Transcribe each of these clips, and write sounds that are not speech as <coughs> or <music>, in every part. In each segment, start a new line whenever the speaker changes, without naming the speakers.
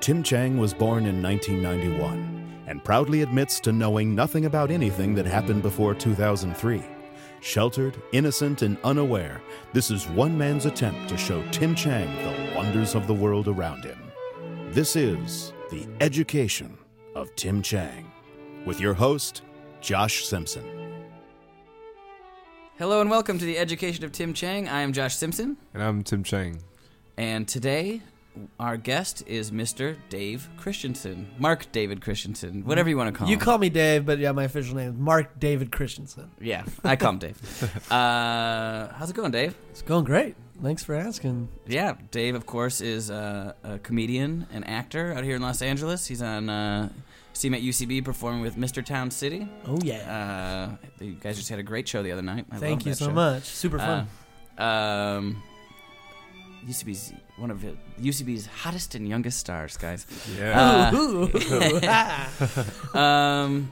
Tim Chang was born in 1991 and proudly admits to knowing nothing about anything that happened before 2003. Sheltered, innocent, and unaware, this is one man's attempt to show Tim Chang the wonders of the world around him. This is The Education of Tim Chang with your host, Josh Simpson.
Hello and welcome to the Education of Tim Chang. I am Josh Simpson,
And I'm Tim Chang.
and today our guest is Mr. Dave Christensen, Mark David Christensen, whatever you want to call
You
him.
call me Dave, but yeah, my official name is Mark David Christensen.
yeah, I call him
<laughs>
Dave. Uh, how's it going, Dave?
It's going great. Thanks for asking.
Yeah, Dave, of course, is a, a comedian and actor out here in Los Angeles. He's on uh, see him at UCB performing with Mr. Town City.
Oh yeah.
Uh, you guys just had a great show the other night. I
Thank
love
you
that
so
show.
much. Super fun.
Uh, um, UCB's one of the- UCB's hottest and youngest stars,
<laughs>
guys.
Yeah.
uh,
Ooh,
<laughs>
ooh,
Uh,
ah.
Um,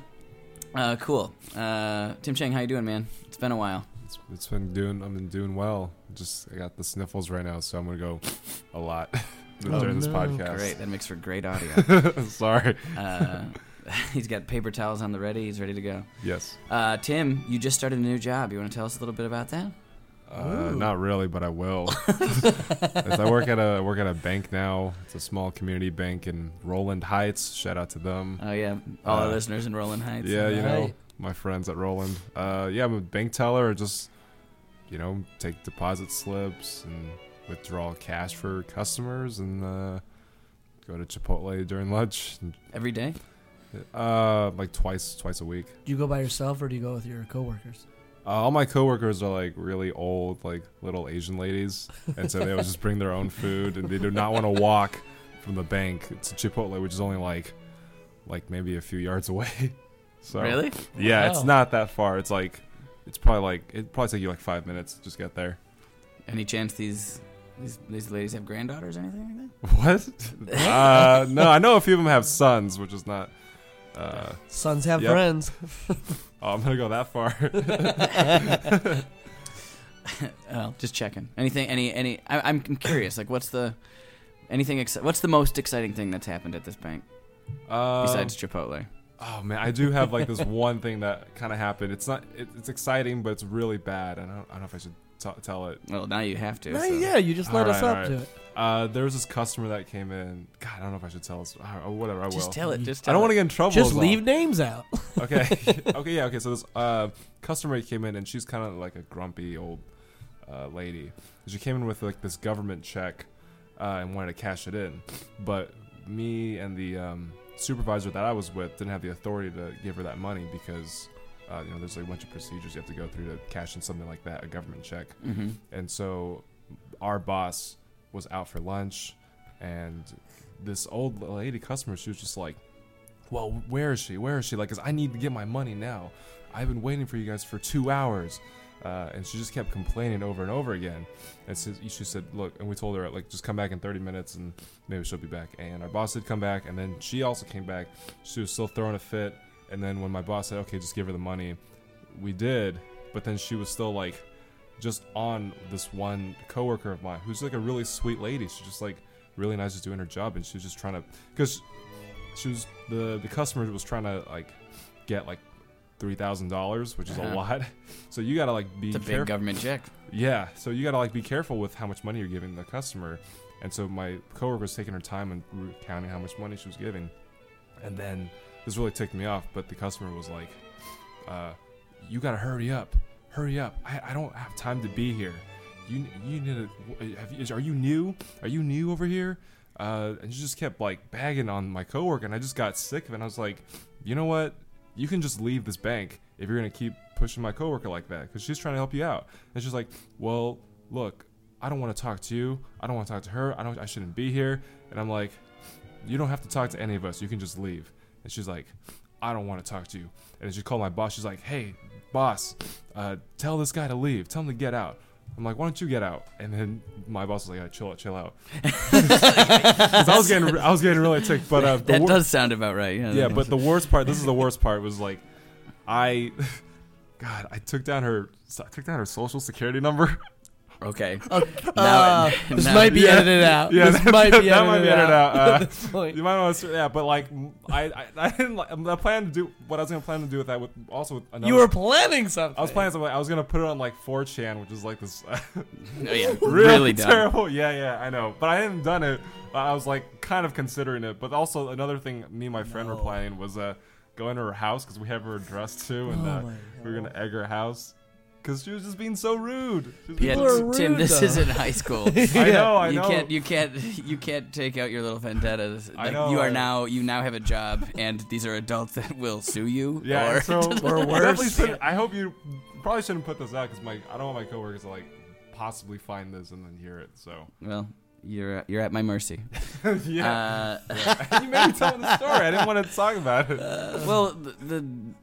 uh, cool. Uh, Tim Chang, how you doing, man? It's been a while.
it's, it's been doing, I've been doing well. Just, I got the sniffles right now, so I'm going to go a lot <laughs> during this
no.
podcast.
Great. That makes for
<laughs>
great audio.
<laughs> Sorry.
Uh, <laughs> he's got paper towels on the ready. He's ready to go.
Yes.
Uh, Tim, you just started a new job. You want to tell us a little bit about that?
Uh, not really, but I will. As I work at a I work at a bank now. It's a small community bank in Roland Heights. Shout out to them.
Oh yeah, all our
Uh,
listeners in Roland Heights. uh,
yeah, you know
Right.
my friends at Roland. Uh, yeah, I'm a bank teller. I Just you know, take deposit slips and withdraw cash for customers, and uh, go to Chipotle during <laughs> lunch.
Every day.
Uh, like twice twice a week.
do you go by yourself or do you go with your coworkers?
Uh, all my coworkers are like really old, like little Asian ladies, and so they would just bring their own food, and they do not want to walk from the bank to Chipotle, which is only like, like maybe a few yards away. <laughs> So
Really?
yeah, it's
Wow.
not that far. It's like, it's probably like it probably take you like five minutes to just get there. <laughs>
Any chance these these, these ladies have granddaughters or anything like that?
What? uh, no, I know a few of
<laughs>
them have sons, which is not. Uh,
Sons have
Yep.
friends.
oh, I'm gonna go that far. <laughs>
<laughs> Oh, just checking. Anything? Any? Any? I, I'm curious. Like, what's the anything? Ex- what's the most exciting thing that's happened at this bank
Um,
besides Chipotle?
Oh man, I do have like this one thing that kind of happened. It's not, it, it's exciting, but it's really bad. And I don't, I don't know if I should t- tell it.
Well, now you have to.
No,
so-
yeah, you just led
All
us
right,
up
all
to
right.
it.
Uh, there was this customer that came in. God, I don't know if I should tell this. Uh, whatever, I will.
Just tell it. Just
I
tell
don't want to
it.
get in trouble.
Just
is all.
leave
<laughs>
names out.
okay. okay. Yeah. Okay. So this uh, customer came in, and she's kind of like a grumpy old uh, lady. She came in with like this government check uh, and wanted to cash it in, but me and the um, supervisor that I was with didn't have the authority to give her that money because uh, you know there's like a bunch of procedures you have to go through to cash in something like that, a government check.
hmm
And so our boss was out for lunch, and this old lady customer, she was just like, Well, where is she? Where is she? Like, 'cause I need to get my money now. I've been waiting for you guys for two hours. Uh, and she just kept complaining over and over again. And so she said, Look, and we told her, like, just come back in 30 minutes and maybe she'll be back. And our boss did come back, and then she also came back. She was still throwing a fit. And then when my boss said, Okay, just give her the money, we did. But then she was still like, just on this one coworker of mine who's like a really sweet lady. She's just like really nice, just doing her job, and she was just trying to because she was the the customer was trying to like get like three thousand dollars, which is
Uh-huh.
a lot. So you gotta like be
It's a big
careful.
government
<laughs>
check.
Yeah, so you gotta like be careful with how much money you're giving the customer. And so my coworker was taking her time and re- counting how much money she was giving, and then this really ticked me off. But the customer was like, uh, "You gotta hurry up, hurry up! I, I don't have time to be here. You you need to. uh, Have you, are you new? Are you new over here?" Uh, and she just kept like bagging on my coworker, and I just got sick of it. And I was like, "You know what? You can just leave this bank if you're gonna keep pushing my coworker like that, because she's trying to help you out." And she's like, "Well, look, I don't want to talk to you. I don't want to talk to her. I don't. I shouldn't be here." And I'm like, you don't have to talk to any of us. You can just leave. And she's like, I don't want to talk to you. And then she called my boss. She's like, hey, boss, uh, tell this guy to leave. Tell him to get out. I'm like, why don't you get out? And then my boss was like, "All right, chill out, chill out. 'Cause I was getting, I was getting really ticked.
<laughs>
But uh, the
That
wor-
does sound about right. Yeah.
yeah,
that
but the worst part. This is the worst part. Was like, <laughs> I, God, I took down her, I took down her social security number. <laughs>
Okay.
Okay,
Now-
uh, <laughs> this
now-
might be edited out.
Yeah,
this
that,
might be edited
that might be edited out.
<laughs> at
Uh,
this point.
you might want to, yeah, but like, m- I, I, <laughs> I didn't. Like, I planned to do what I was gonna plan to do with that. With also with another.
You were planning something.
I was planning something. I was gonna put it on like 4chan, which is like this <laughs> uh,
Oh,
<laughs>
yeah.
really,
Really dumb.
terrible. Yeah, yeah, I know. But I hadn't done it. I was like kind of considering it. But also another thing, me and my friend were
No.
planning was uh, going to her house because we have her address too, and
Oh
uh,
my
we were gonna
God.
egg her house because she was just being so rude. She was
Yeah,
being
People are
Tim,
rude,
this
though.
isn't high school.
<laughs> I
<laughs>
know, Oh, I
you
know.
can't, you can't, <laughs> you can't take out your little vendettas.
I
Like,
know,
you are
I-
now, you now have a job, and these are adults that will sue you.
Yeah,
or-
so
or worse.
definitely shouldn't- I hope you probably shouldn't put this out because my I don't want my coworkers to like possibly find this and then hear it. So
well, you're you're at my mercy.
<laughs> yeah,
Uh,
<laughs> you made me tell the story. I didn't want to talk about <laughs> it.
well, the,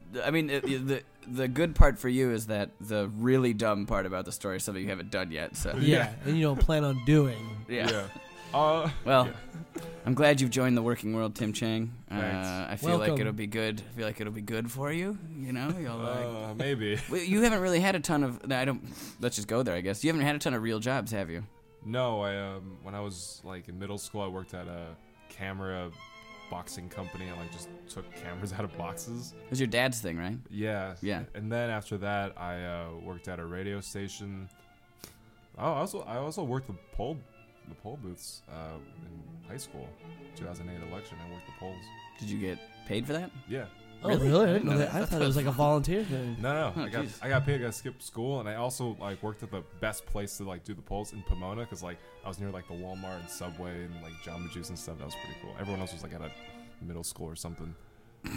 the I mean, it- the the good part for you is that the really dumb part about the story is something you haven't done yet. So
yeah. and you don't plan on doing.
yeah.
Uh,
Well, I'm glad you've joined the working world, Tim Chang. Uh,
Thanks.
I feel like
Welcome.
it'll be good. I feel like it'll be good for you. You know, you'll like.
uh, maybe
Well, you haven't really had a ton of. no, I don't. Let's just go there. I guess you haven't had a ton of real jobs, have you?
no. I um when I was like in middle school, I worked at a camera boxing company and like just took cameras <laughs> out of boxes.
It was your dad's thing, right?
Yeah.
Yeah.
And then after that, I uh, worked at a radio station. I also I also worked the poll the poll booths uh, in high school, 2008 election. I worked the polls.
Did you get paid for that?
Yeah.
Oh,
Really?
really? I didn't know that. I
that.
thought it was like a volunteer thing.
No, no.
Huh,
I got
Oh, jeez.
I got paid. I got skipped school, and I also like worked at the best place to like do the polls in Pomona because like I was near like the Walmart and Subway and like Jamba Juice and stuff. That was pretty cool. Everyone else was like at a middle school or something.
<laughs>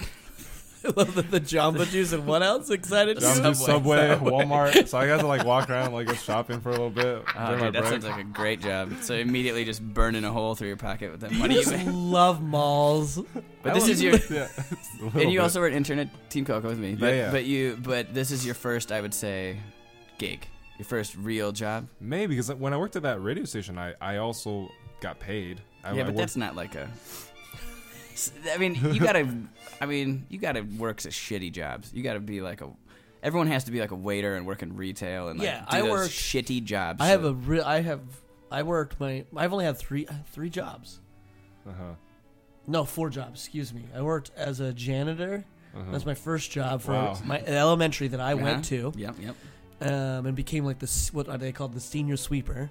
I love that the Jamba Juice and what else excited
Jamba
you?
Jamba Juice,
Subway,
Subway, Walmart. So I got to like walk around, and, like go shopping for a little bit.
<laughs> Oh,
during my
dude, that
break.
sounds like a great job. So immediately just burning a hole through your pocket with that money
<laughs>
you
Just
made.
love malls.
But
I
this
was-
is your.
<laughs> yeah.
And you also were an intern at Team Coco with me. But,
Yeah, yeah.
but you. But this is your first, I would say, gig. Your first real job.
maybe because when I worked at that radio station, I, I also got paid. I,
yeah,
I
but that's not like a. S- I mean, you gotta. I mean, you gotta work some shitty jobs. You gotta be like a. Everyone has to be like a waiter and work in retail and like
Yeah,
do
I
those
worked-
shitty jobs.
I have a real. I have. I worked my. I've only had three three jobs.
uh
No, four jobs. Excuse me. I worked as a janitor.
uh-huh.
That's my first job for
Wow.
my the elementary that I went to,
Yep, yep.
um, and became like the s- what are they called the senior sweeper.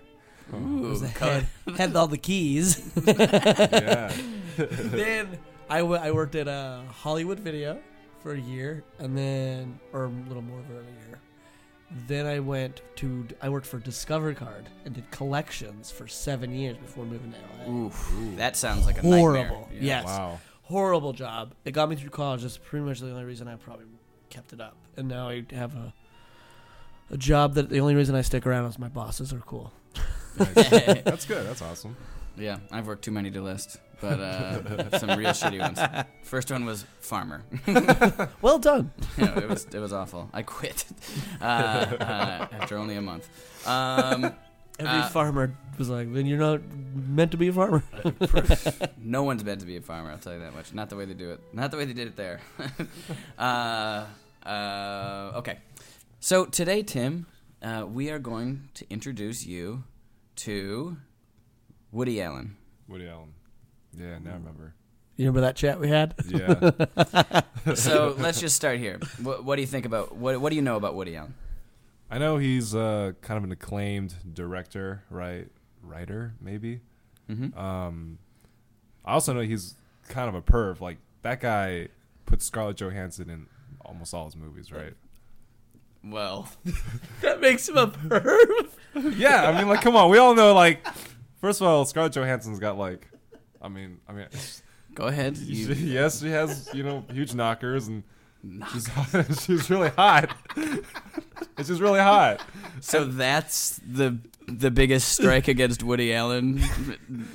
Ooh,
Was the
color-
head, had all the <laughs> keys.
<laughs> yeah.
<laughs> then I, w- I worked at a Hollywood Video for a year, and then or a little more than a year. Then I went to I worked for Discover Card and did collections for seven years before moving to LA.
Oof, that sounds like a
horrible,
Nightmare. <laughs>
yes,
Wow.
horrible job. It got me through college. That's pretty much the only reason I probably kept it up. And now I have a a job that the only reason I stick around is my bosses are cool.
Nice. that's good. That's awesome.
Yeah, I've worked too many to list, but uh, <laughs> some real shitty ones. First one was farmer. <laughs>
Well done.
you know, it was it was awful. I quit <laughs> uh, uh, after only a month. Um,
Every
Uh,
farmer was like, "Then you're not meant to be a farmer." <laughs>
no one's meant to be a farmer. I'll tell you that much. Not the way they do it. Not the way they did it there. <laughs> uh, uh, okay, so today, Tim, uh, we are going to introduce you to Woody Allen.
Woody Allen. Yeah, now I remember.
You remember that chat we had?
Yeah.
<laughs>
<laughs>
So let's just start here. What, what do you think about what What do you know about Woody Allen?
I know he's uh, kind of an acclaimed director, right? Writer, maybe.
Mhm.
Uh,
Um, I also know he's kind of a perv. Like that guy put Scarlett Johansson in almost all his
<laughs>
movies, right?
Well,
<laughs> that makes him a perv.
yeah, I mean, like, come on, we all know. Like, first of all, Scarlett Johansson's got like, I mean, I mean,
go ahead.
she-
You,
<laughs>
yes, she has you know huge knockers and she's <laughs> she's really hot. and she's really hot.
So that's the the biggest strike against Woody Allen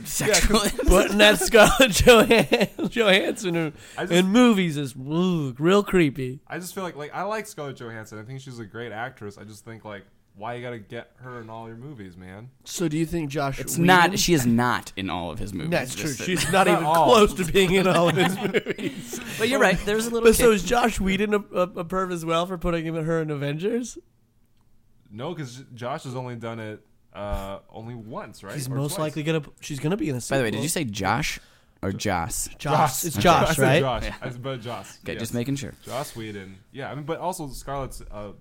sexual.
<laughs> But that Scarlett <laughs> Johan- Johansson in,
I just-
in movies is ooh, real creepy.
I just feel like like I like Scarlett Johansson. I think she's a great actress. I just think like why you gotta get her in all your movies, man?
So do you think Josh?
it's not. She is not in all of his movies.
That's true.
Just that-
She's <laughs>
Not
not, even
all.
close to being in all of <laughs> his movies.
but
<laughs>
you're right. There's a little.
But so
kick.
is Josh Whedon a, a, a perv as well for putting him her in Avengers?
No, because Josh has only done it. uh, only once, right?
He's
Or
most
twice.
likely gonna. She's gonna be in the.
By
Sequel.
the way, did you say Josh or Joss?
Joss? It's
<laughs>
Okay. I
Josh,
said
right?
Josh.
Yeah.
I said, but Joss.
Okay,
yes.
just making sure.
Joss Whedon. Yeah, I mean, but also Scarlett's uh,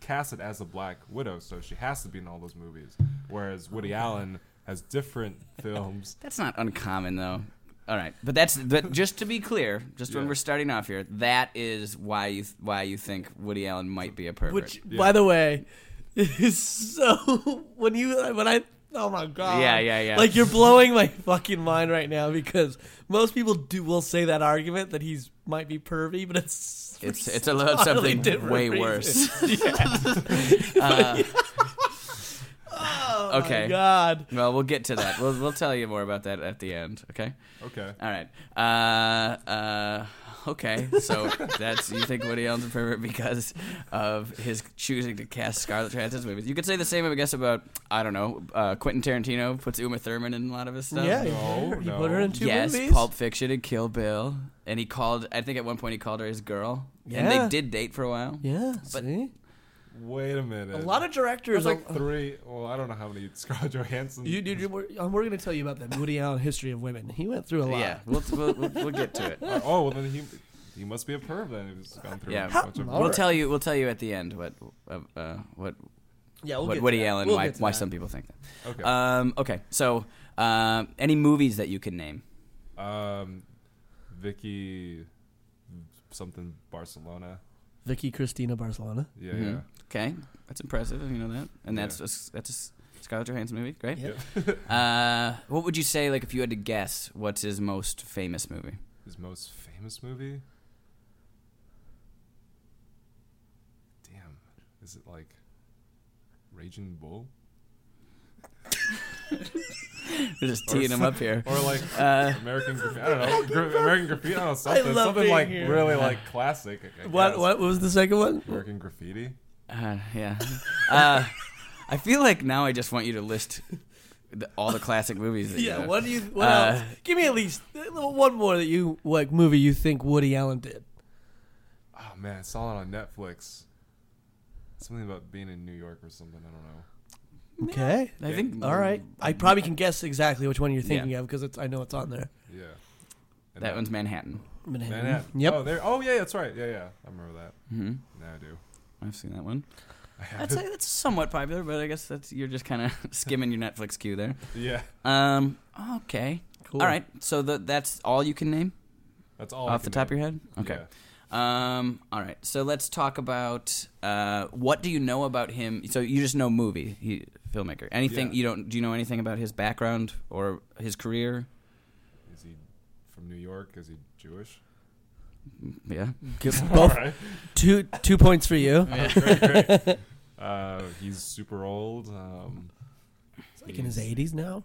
casted as a Black Widow, so she has to be in all those movies. Whereas Woody Allen has
<laughs>
different films.
That's not uncommon though. All right, but that's but just to be clear, just when
Yeah.
we're starting off here, that is why you why you think Woody Allen might be a pervert.
Which, by the way, <laughs> is so <laughs> when you when I oh my god,
Yeah, yeah, yeah.
Like you're blowing my fucking mind right now because most people do will say that argument that he's might be pervy, but it's
it's
for
it's a little
totally
something
different
way
reason.
worse.
<laughs>
<laughs>
Oh my
okay.
god.
well, we'll get to that. We'll we'll tell you more about that at the end. Okay.
Okay.
All right. Uh, uh, okay.
<laughs>
So that's you think Woody Allen's a pervert because of his choosing to cast Scarlett Johansson's movies. You could say the same, I guess, about I don't know. Uh, Quentin Tarantino puts Uma Thurman in a lot of his stuff.
yeah, you
No,
put her- you
no.
put her in two
yes,
movies.
Pulp Fiction and Kill Bill, and he called. I think at one point he called her his girl, and
Yeah.
they did date for a while.
yeah,
But-
see?
Wait a minute.
a lot of directors.
There's like
are-
three. Well, I don't know how many Scarlett Johansson.
you, dude, you- we're, um, we're gonna tell you about the Woody Allen history of women. He went through a lot.
Yeah, we'll, we'll, we'll, we'll get to it.
Uh, oh, well then he he must be a perv then. He's gone through
Yeah.
a bunch of.
<laughs> All
we'll
right.
tell you. We'll tell you at the end what uh, uh, what
yeah. We'll
what
get to
Woody
that.
Allen
We'll
why
get to
why
that.
some people think that.
Okay.
Um, okay, so um any movies that you can name?
um, Vicky, something Barcelona.
Vicky Cristina Barcelona.
Yeah,
Mhm.
yeah.
Okay, that's impressive. You know that, and that's
Yeah.
a s that's a s- Scarlett Johansson movie. Great.
<laughs> Yeah.
Uh, what would you say, like, if you had to guess, what's his most famous movie? <laughs>
His most famous movie? Damn. Is it like Raging Bull?
We're just teeing him up
<laughs>
here.
Or like
<laughs> Uh,
American Graffiti? I don't know. Gra- American Graffiti? I don't know. Something,
love
something
being
like
here.
really like classic. I- I
What?
guess.
What was the
<laughs>
second one?
American Graffiti?
uh, yeah. Uh, I feel like now I just want you to list the, all the classic movies. That
Yeah,
you
what do you? What
Uh,
else? Give me at least a little- one more that you like movie you think Woody Allen did.
Oh man, I saw it on Netflix. Something about being in New York or something. I don't know.
Okay,
I think.
all right. I probably can guess exactly which one you're thinking of 'cause of because I know it's on there.
Yeah. And
that one's Manhattan.
Manhattan.
Manhattan.
Yep.
Oh, there. Oh yeah, that's right. Yeah, yeah. I remember that.
Mm-hmm.
Now I do.
I've seen that one.
I have
That's that's somewhat popular, but I guess that's you're just kind of <laughs> skimming your Netflix queue there.
Yeah.
Um. Okay.
cool.
Oh, All right. So the, that's all you can name
That's all. I
off the
can
top of
name.
your head. Okay.
Yeah.
Um. All right. So let's talk about uh. What do you know about him? So you just know movie he, filmmaker. Anything
Yeah.
you don't? Do you know anything about his background or his career?
Is he from New York? Is he
<laughs>
Jewish? <laughs>
Yeah.
Give both
right.
two two points for you.
<laughs>
<laughs>
great, great. Uh, he's super old. Um,
Like in his 80s now.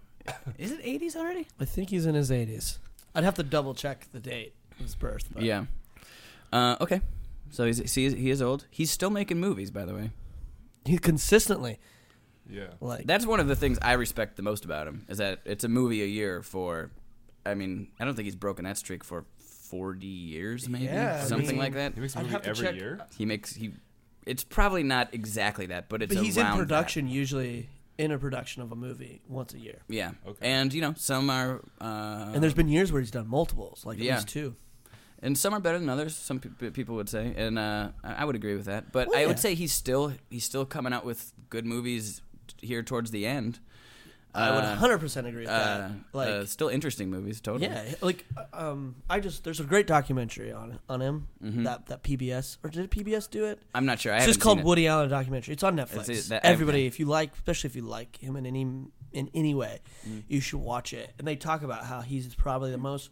Is it eighties already?
I think he's in his 80s. I'd have to double check the date of his birth. But
Yeah. Uh. Okay. So he's see he is old. He's still making movies, by the way.
he consistently
Yeah.
like
That's one of the things I respect the most about him is that it's a movie a year for. I mean, I don't think he's broken that streak for forty years, maybe
Yeah, I
something
mean-
like that.
He makes a
I'd
movie
have to
every
check-
year.
He makes he. It's probably not exactly that, but it's.
but he's in
around that.
production usually in a production of a movie once a year.
Yeah.
Okay.
And you know some are. Uh,
And there's been years where he's done multiples, like
Yeah.
at least two.
and some are better than others. Some pe- people would say, and uh, I I would agree with that. But
Well,
I
yeah.
would say he's still he's still coming out with good movies t- here towards the end.
I would
Uh,
100% agree with that.
uh,
like
uh, still interesting movies, totally.
Yeah, like um, I just there's a great documentary on on him
Mhm.
that that PBS or did PBS do it?
I'm not sure. I
It's
haven't
just called
seen it.
Woody Allen documentary. It's on Netflix.
It's- it- that- I haven't-
Everybody, if you like, especially if you like him in any in any way,
Mm.
you should watch it. And they talk about how he's probably the most.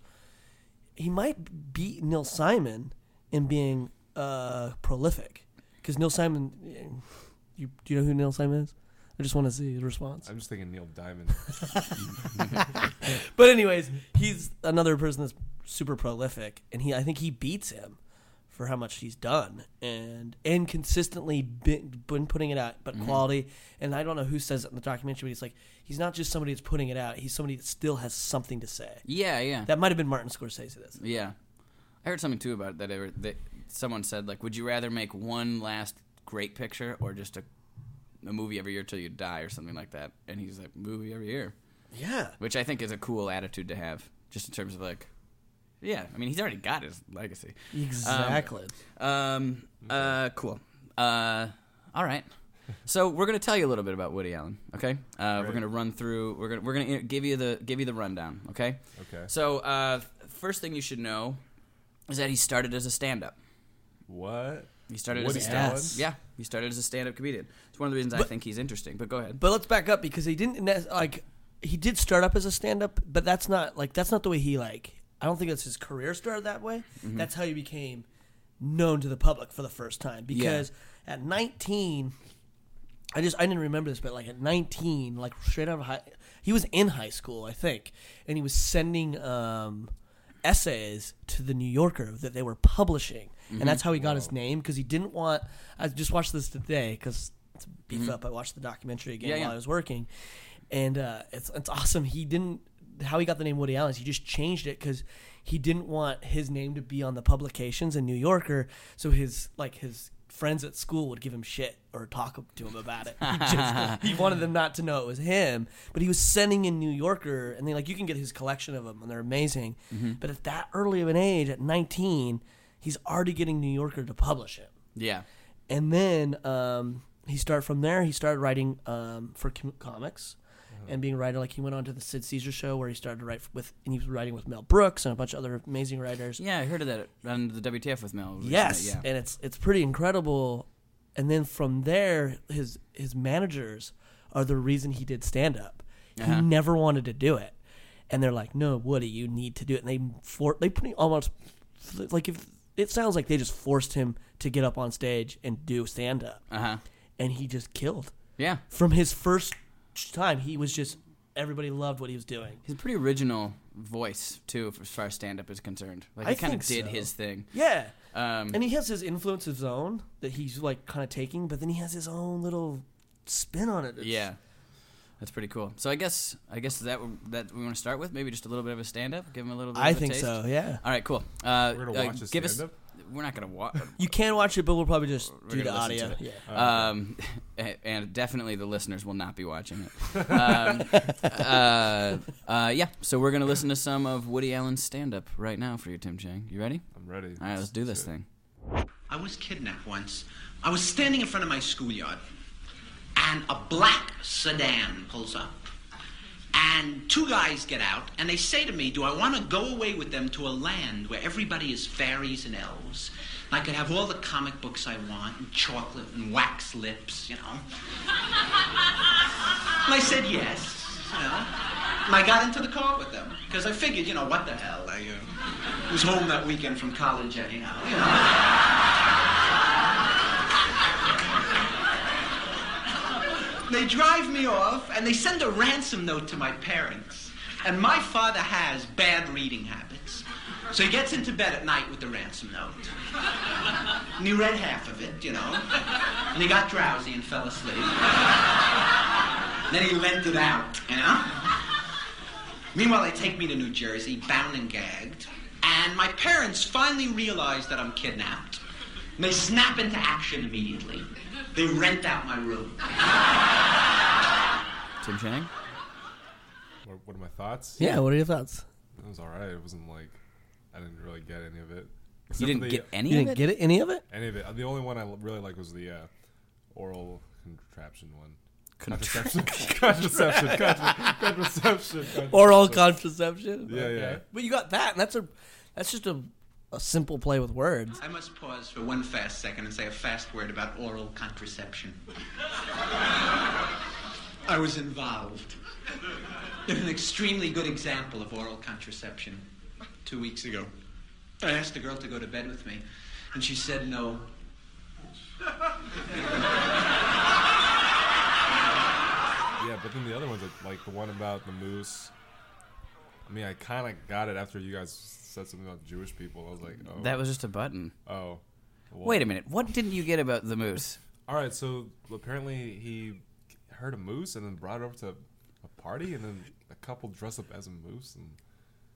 He might beat Neil Simon in being uh, prolific, because Neil Simon, eh, you do you know who Neil Simon is? I just want to see his response.
I'm just thinking Neil Diamond.
<laughs>
But anyways, he's another person that's super prolific, and he I think he beats him for how much he's done and and consistently been, been putting it out, but quality. And I don't know who says it in the documentary, but he's like he's not just somebody that's putting it out; he's somebody that still has something to say.
Yeah, yeah.
That might have been Martin Scorsese. This
Yeah, I heard something too about it, that. It, that someone said like, "Would you rather make one last great picture or just a a movie every year till you die or something like that. And he's like, movie every year,
Yeah.
which I think is a cool attitude to have, just in terms of like, yeah. I mean, he's already got his legacy.
Exactly.
Um. Uh. Cool. Uh. All right. So we're gonna tell you a little bit about Woody Allen. Okay. Uh. We're gonna run through. We're gonna we're gonna give you the give you the rundown. Okay.
Okay.
So uh, first thing you should know is that he started as a stand-up.
What?
He started
Woody
as a stand-up.
Allen?
Yeah. He started as a stand-up comedian. It's one of the reasons I think he's interesting. But go ahead.
But let's back up because he didn't ne- like he did start up as a stand up, but that's not like that's not the way he like I don't think that's his career started that way.
Mm-hmm.
That's how he became known to the public for the first time because at 19 I just I didn't remember this but like at 19 like straight out of high he was in high school I think and he was sending um essays to the New Yorker that they were publishing
Mm-hmm.
and that's how he got his name because he didn't want I just watched this today cuz to beef up I watched the documentary again
Mm-hmm. Yeah,
while
yeah.
I was working and uh, it's it's awesome. He didn't how he got the name Woody Allen. Is he just changed it because he didn't want his name to be on the publications in New Yorker. So his like his friends at school would give him shit or talk to him about it. He, just, he wanted them not to know it was him. But he was sending in New Yorker, and they like you can get his collection of them, and they're amazing. But at that early of an age, at nineteen, he's already getting New Yorker to publish him
Yeah.
and then um, he started from there. He started writing um, for com- comics
Uh-huh.
and being a writer. Like he went on to the Sid Caesar show where he started to write with, and he was writing with Mel Brooks and a bunch of other amazing writers.
Yeah. I heard of that on the WTF with Mel. recently,
Yes,
Yeah.
and it's it's pretty incredible. And then from there, his his managers are the reason he did stand up.
Uh-huh.
He never wanted to do it, and they're like, "No, Woody, you need to do it." And they for they pretty almost like if it sounds like they just forced him to get up on stage and do stand up,
Uh huh.
and he just killed
Yeah.
from his first time. He was just everybody loved what he was doing.
He's a pretty original voice too, as far as stand-up is concerned. Like he
I
kind of
think
did
so.
his thing.
Yeah,
Um.
and he has his influence of his own that he's like kind of taking, but then he has his own little spin on it. It's-
yeah. That's pretty cool. So I guess I guess that that we want to start with maybe just a little bit of a stand-up, give him a little bit.
I
of a
think
taste.
so. Yeah,
All right, cool. Uh,
We're gonna
uh,
watch this
give
stand-up?
us. We're not gonna watch.
you can watch it, but we'll probably just
We're
do the
gonna listen to
audio. yeah.
um, <laughs> and- and definitely the listeners will not be watching it. Um, <laughs> uh, uh, yeah, so we're gonna listen to some of Woody Allen's stand-up right now for you, Tim Chang. You ready?
I'm ready.
All right, let's do this thing.
I was kidnapped once. I was standing in front of my schoolyard, and a black sedan pulls up. And two guys get out, and they say to me, Do I want to go away with them to a land where everybody is fairies and elves? And I could have all the comic books I want, and chocolate and wax lips, you know. and I said yes, you know. And I got into the car with them, because I figured, you know, what the hell? I uh, was home that weekend from college anyhow, you know. They drive me off and they send a ransom note to my parents. And my father has bad reading habits. So he gets into bed at night with the ransom note. And he read half of it, you know. And he got drowsy and fell asleep. then he lent it out, you know. Meanwhile, they take me to New Jersey, bound and gagged. And my parents finally realize that I'm kidnapped. And they snap into action immediately. They rent out my room.
Tim Chang.
What, what are my thoughts?
Yeah, what are your thoughts?
It was all right. It wasn't like I didn't really get any of it.
You
Except
didn't
for the,
get any of
You didn't
it.
get it, any of it?
any of it. The only one I l- really like was the uh, oral contraption one.
Contra-
Contraception. <laughs> contraception. Contra- contraception.
Oral
contraception.
contraception.
Yeah, yeah.
But you got that, and that's a that's just a, a simple play with words.
I must pause for one fast second and say a fast word about oral contraception. I was involved in an extremely good example of oral contraception two weeks ago. I asked a girl to go to bed with me, and she said no.
Yeah, but then the other ones, like the one about the moose. I mean, I kind of got it after you guys said something about Jewish people. I was like, oh,
<laughs> that was just a button.
oh. Well,
Wait a minute. What didn't you get about the moose?
All right, so apparently he heard a moose and then brought it over to a party, and then a couple dressed up as a moose and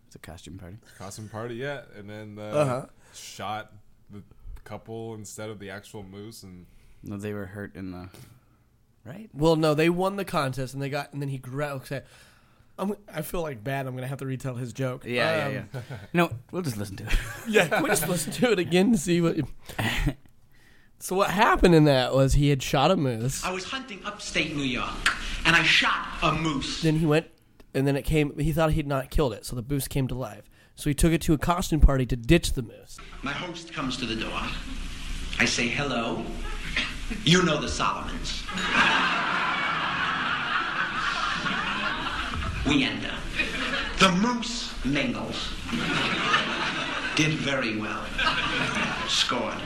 It's a costume party.
costume party, yeah, and then uh,
Uh-huh.
shot the couple instead of the actual moose, and
No, they were hurt in the right?
Well, no, they won the contest and they got, and then he grew out. Okay, I'm, I feel like bad. I'm gonna have to retell his joke.
Yeah,
Um,
yeah, yeah. no, we'll just listen to
<laughs>
it.
yeah. Can we just listen to it again to see what? <laughs> so what happened in that was he had shot a moose.
I was hunting upstate New York, and I shot a moose.
Then he went, and then it came. He thought he'd not killed it, so the moose came to life. So he took it to a costume party to ditch the moose.
My host comes to the door. I say hello. You know the Solomons. we enter. The moose mingles. Did very well. Scored.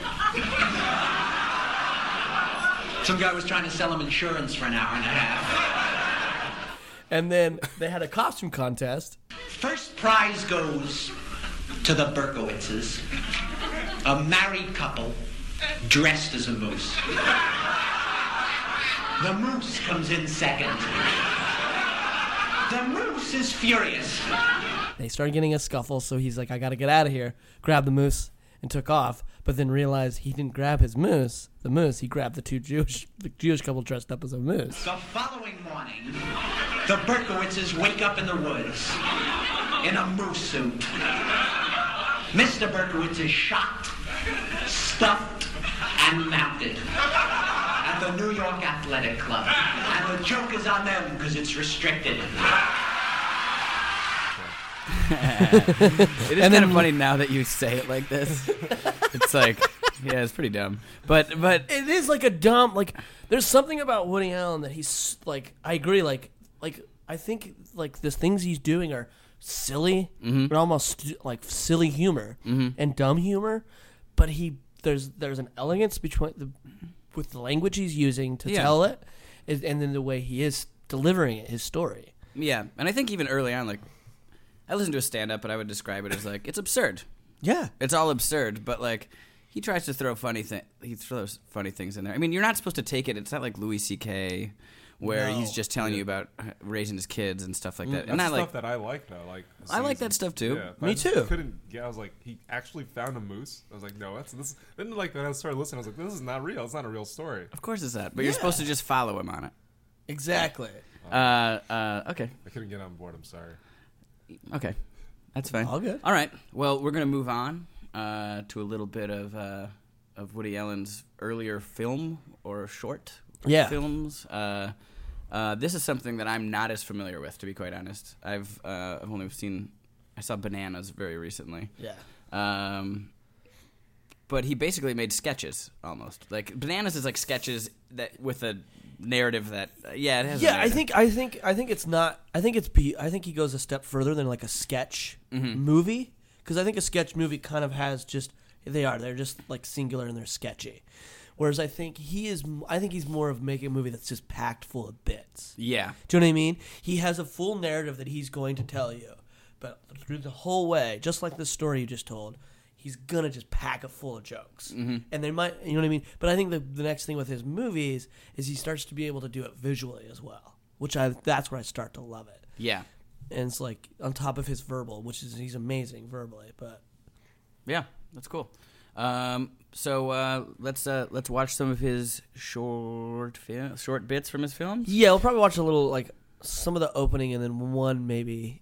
Some guy was trying to sell him insurance for an hour and a half.
And then they had a costume contest.
First prize goes to the Berkowitzes, a married couple dressed as a moose. The moose comes in second. The moose is furious.
They started getting a scuffle, so he's like, "I gotta get out of here." Grabbed the moose and took off, but then realized he didn't grab his moose. The moose, he grabbed the two Jewish, the Jewish couple dressed up as a moose.
The following morning, the Berkowitzes wake up in the woods in a moose suit. Mr. Berkowitz is shot, stuffed, and mounted at the New York Athletic Club. And the joke is on them because it's restricted.
It is kind of funny now that you say it like this. it's like, yeah, it's pretty dumb. But but
It is like a dumb. Like, there's something about Woody Allen that he's like. I agree. Like, like I think like the things he's doing are silly and almost stu- like silly humor and dumb humor, but he there's there's an elegance between the with the language he's using to
Yeah.
tell it, is- and then the way he is delivering it, his story.
yeah, and I think even early on, like, I listened to a stand up, and I would describe it as like it's absurd.
Yeah.
It's all absurd, but like he tries to throw funny thing. He throws funny things in there. I mean, you're not supposed to take it. It's not like Louis C.K. where he's just telling you about uh, raising his kids and stuff like that.
Mm, That's
And I
stuff
like
that I like though. Like
I like
season.
that stuff, too.
Yeah, but
Me
I just
too.
Couldn't. Yeah, I was like, he actually found a moose. I was like, no, that's this. Then like when I started listening, I was like, this is not real. It's not a real story.
of course it's that, but you're supposed to just follow him on it.
Exactly.
Uh, uh, okay,
I couldn't get on board. I'm sorry.
okay, that's fine.
All good.
All right. Well, we're gonna move on uh, to a little bit of uh, of Woody Allen's earlier film or short
Yeah.
films. Uh, uh, this is something that I'm not as familiar with, to be quite honest. I've uh, I've only seen I saw Bananas very recently.
Yeah.
Um, but he basically made sketches almost. Like Bananas is like sketches that with a narrative that uh, yeah it has. a
Yeah, I
narrative.
think I think I think it's not. I think it's. be- I think he goes a step further than like a sketch
Mm-hmm.
movie because I think a sketch movie kind of has just they are they're just like singular and they're sketchy, whereas I think he is. m- I think he's more of making a movie that's just packed full of bits.
yeah.
Do you know what I mean? He has a full narrative that he's going to tell you, but through the whole way, just like the story you just told, he's gonna just pack it full of jokes, and they might, you know what I mean. But I think the, the next thing with his movies is he starts to be able to do it visually as well, which I that's where I start to love it.
Yeah.
And it's like on top of his verbal, which is he's amazing verbally, but
Yeah, that's cool. Um, so uh, let's uh, let's watch some of his short fil- short bits from his films.
yeah, we'll probably watch a little like some of the opening and then one maybe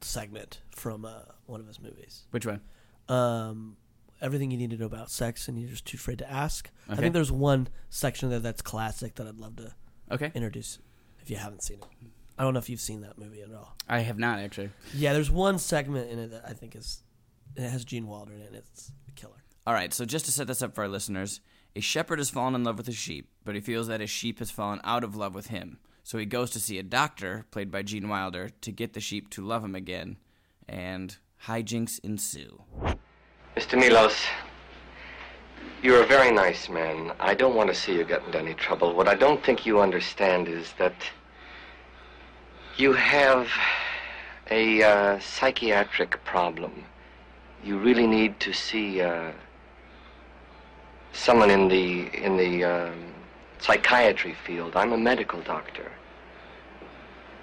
segment from uh, one of his movies.
Which one?
um, everything you need to know about sex, and you're just too afraid to ask. I
Okay.
think there's one section there that's classic that I'd love to
Okay,
introduce if you haven't seen it. I don't know if you've seen that movie at all.
I have not actually.
Yeah, there's one segment in it that I think is it has Gene Wilder in it. It's a killer.
All right, so just to set this up for our listeners, a shepherd has fallen in love with his sheep, but he feels that his sheep has fallen out of love with him. So he goes to see a doctor, played by Gene Wilder, to get the sheep to love him again, and hijinks ensue.
Mr. Milos, you're a very nice man. I don't want to see you get into any trouble. What I don't think you understand is that you have a uh, psychiatric problem. You really need to see uh, someone in the in the um, psychiatry field. I'm a medical doctor.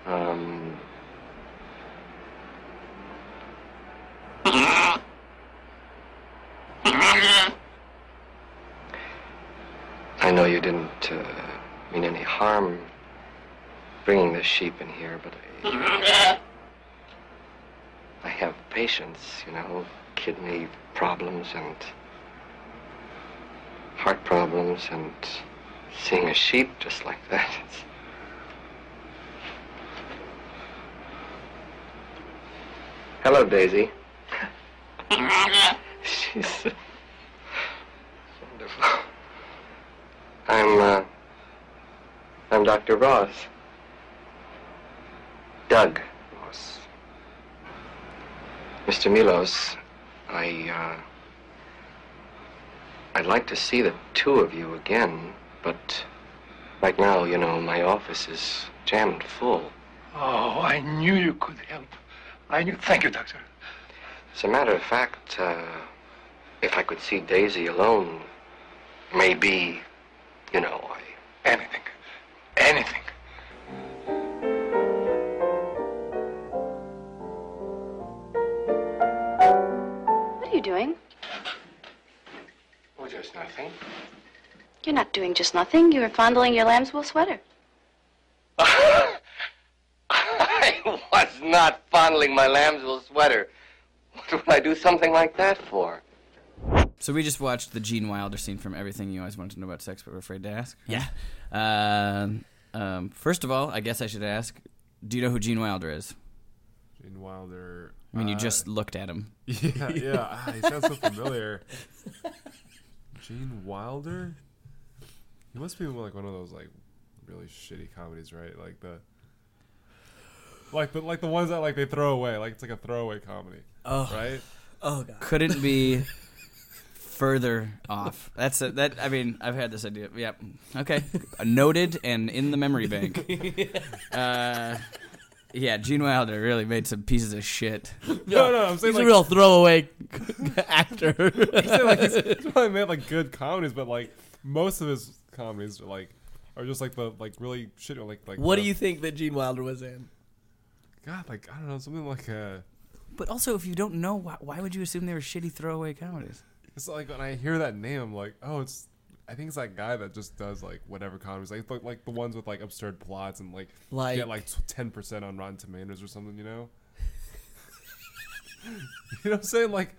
Um, I know you didn't uh, mean any harm bringing this sheep in here, but I, I have patients, you know, kidney problems and heart problems, and seeing a sheep just like that. <laughs> It's, Hello, Daisy. She's <laughs> wonderful. I'm, uh, I'm Dr. Ross. Doug Ross. Mr. Milos, I, uh, I'd like to see the two of you again, but right now, you know, my office is jammed full.
Oh, I knew you could help. I knew. Thank you, Doctor.
As a matter of fact, uh, if I could see Daisy alone, maybe, you know, I.
Anything. Anything.
What are you doing?
Oh, just nothing.
You're not doing just nothing. You are fondling your lamb's wool sweater.
I was not fondling my lambswool sweater. What would I do something like that for?
So we just watched the Gene Wilder scene from Everything You Always Wanted to Know About Sex But Were Afraid to Ask. Yeah. Um, um, first of all, I guess I should ask: Do you know who Gene Wilder is?
Gene Wilder.
I mean, you just looked at him.
uh, <laughs> Yeah, yeah. Ah, he sounds so familiar. Gene Wilder. He must be in, like one of those like really shitty comedies, right? Like the like the like the ones that like they throw away. Like it's like a throwaway comedy, oh. right?
Oh god.
Couldn't <laughs> be further off. That's a, that. I mean, I've had this idea. Yep. <laughs> Okay. Noted and in the memory <laughs> bank. Uh, yeah, Gene Wilder really made some pieces of shit.
<laughs> No, no. I'm saying
He's
like,
a real
<laughs>
throwaway actor. <laughs>
saying, like he's, he's probably made like good comedies, but like most of his comedies are like are just like the like really shitty like like
what do
the-
you think that Gene Wilder was in?
God like I don't know something like uh
But also, if you don't know, why, why would you assume they were shitty throwaway comedies?
it's like when I hear that name I'm like oh it's I think it's that guy that just does like whatever comedies like like, like the ones with like absurd plots and like
Like-
get like ten percent on Rotten Tomatoes or something you know <laughs> you know what I'm saying like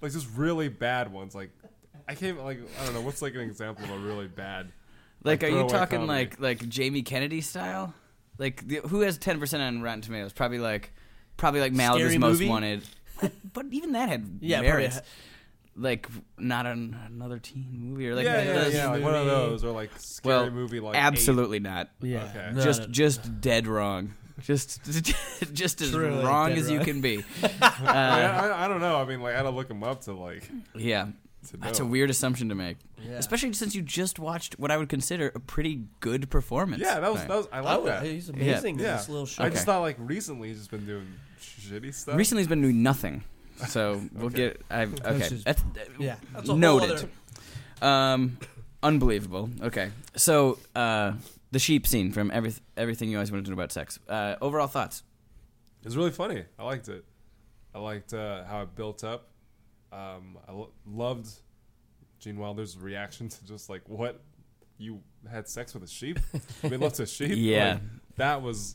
like just really bad ones like I can't like I don't know what's like an example of a really bad
Like,
Like
are you
throwaway
talking
comedy.
like like Jamie Kennedy style? Like, the, who has ten percent on Rotten Tomatoes? Probably like, probably like Malibu's
Scary
Most
Movie?
Wanted. but even that
<laughs>
had
Yeah, probably
merits.
ha-
Like, not an, another teen movie or like,
yeah, yeah,
those-
yeah, like one of
movie.
those or like scary
well,
movie like
absolutely not.
Yeah.
Okay.
No,
just
no,
just dead wrong. Just <laughs> just as
Truly
wrong
dead
as you
wrong.
can
<laughs>
be.
Eight. I, I, I don't know. I mean, like I had to look him up to like.
Yeah.
To
That's a
know.
weird assumption to make,
Yeah.
especially since you just watched what I would consider a pretty good performance.
Yeah, that was
Right.
that was. I
I
like
would,
that.
he's amazing. in
yeah,
This little show.
I
Okay.
just thought like recently he's just been doing shitty stuff.
Recently, he's been doing nothing, so we'll get. I've okay.
just-
That's,
Yeah. That's a whole
noted.
other-
Um, unbelievable. Okay, so uh, the sheep scene from every, everything you always wanted to know about sex. Uh, overall thoughts?
It was really funny. I liked it. I liked uh, how it built up. Um, I lo- loved Gene Wilder's reaction <laughs> to just like what you had sex with
<laughs>
a sheep. we looked at sheep.
Yeah.
Like, that was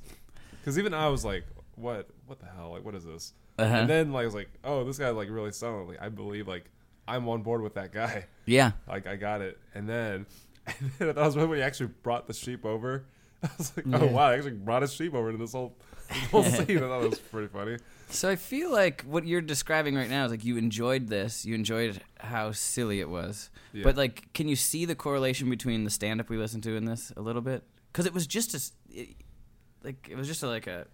because even I was like, what? What the hell? Like, what is this?
Uh-huh.
And then like I was like, oh, this guy's like really selling. it. Like, I believe like I'm on board with that guy.
Yeah,
Like I got it. And then, <laughs> and then that was when we actually brought the sheep over. <laughs> I was like, oh wow, I actually brought a sheep over to this whole this
<laughs>
whole scene. I thought that was pretty funny.
So I feel like what you're describing right now is like you enjoyed this, you enjoyed how silly it was.
Yeah.
But like, can you see the correlation between the stand up we listened to in this a little bit? Because it was just a, s- it, like it was just a, like a,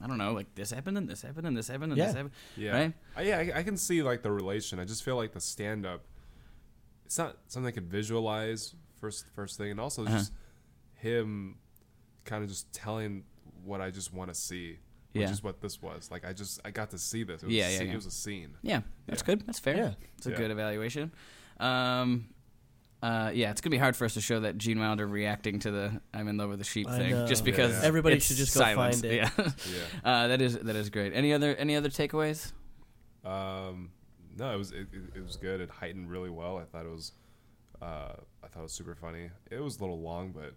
I don't know, like this happened and this happened and this happened and this
Yeah.
happened.
Yeah,
Right?
I, yeah, I, I can see like the relation. I just feel like the stand up, it's not something I could visualize first first thing, and also
Uh-huh.
just him kind of just telling what I just want to see, which
Yeah.
is what this was. Like I just I got to see this. It was
Yeah,
a
yeah,
scene,
yeah.
It was a scene.
Yeah, that's good. That's fair.
Yeah.
It's a
Yeah.
good evaluation. Um, uh, yeah, it's gonna be hard for us to show that Gene Wilder reacting to the "I'm in love with a sheep"
I
thing,
know.
just because
Yeah.
Everybody
it's
should just go
silence.
find it.
Yeah, <laughs> uh, that is that is great. Any other any other takeaways?
Um, no, it was it, it, it was good. It heightened really well. I thought it was, uh, I thought it was super funny. It was a little long, but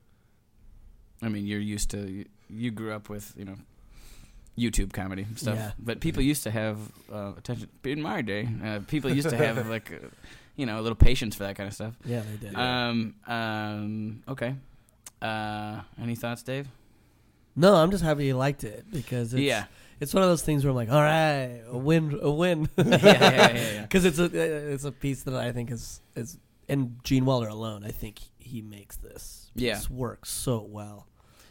I mean, you're used to you grew up with you know YouTube comedy and stuff,
Yeah.
but people used to have uh, attention in my day. Uh, people used to
<laughs>
have like uh, you know a little patience for that kind of stuff.
Yeah, they did.
Um, um, okay. Uh, any thoughts, Dave?
no, I'm just happy you liked it because it's,
Yeah.
it's one of those things where I'm like, all right, a win, a win,
<laughs> yeah, yeah, yeah,
<laughs>
yeah.
because it's a uh, it's a piece that I think is is and Gene Wilder alone, I think he makes this
Yeah.
piece work so well.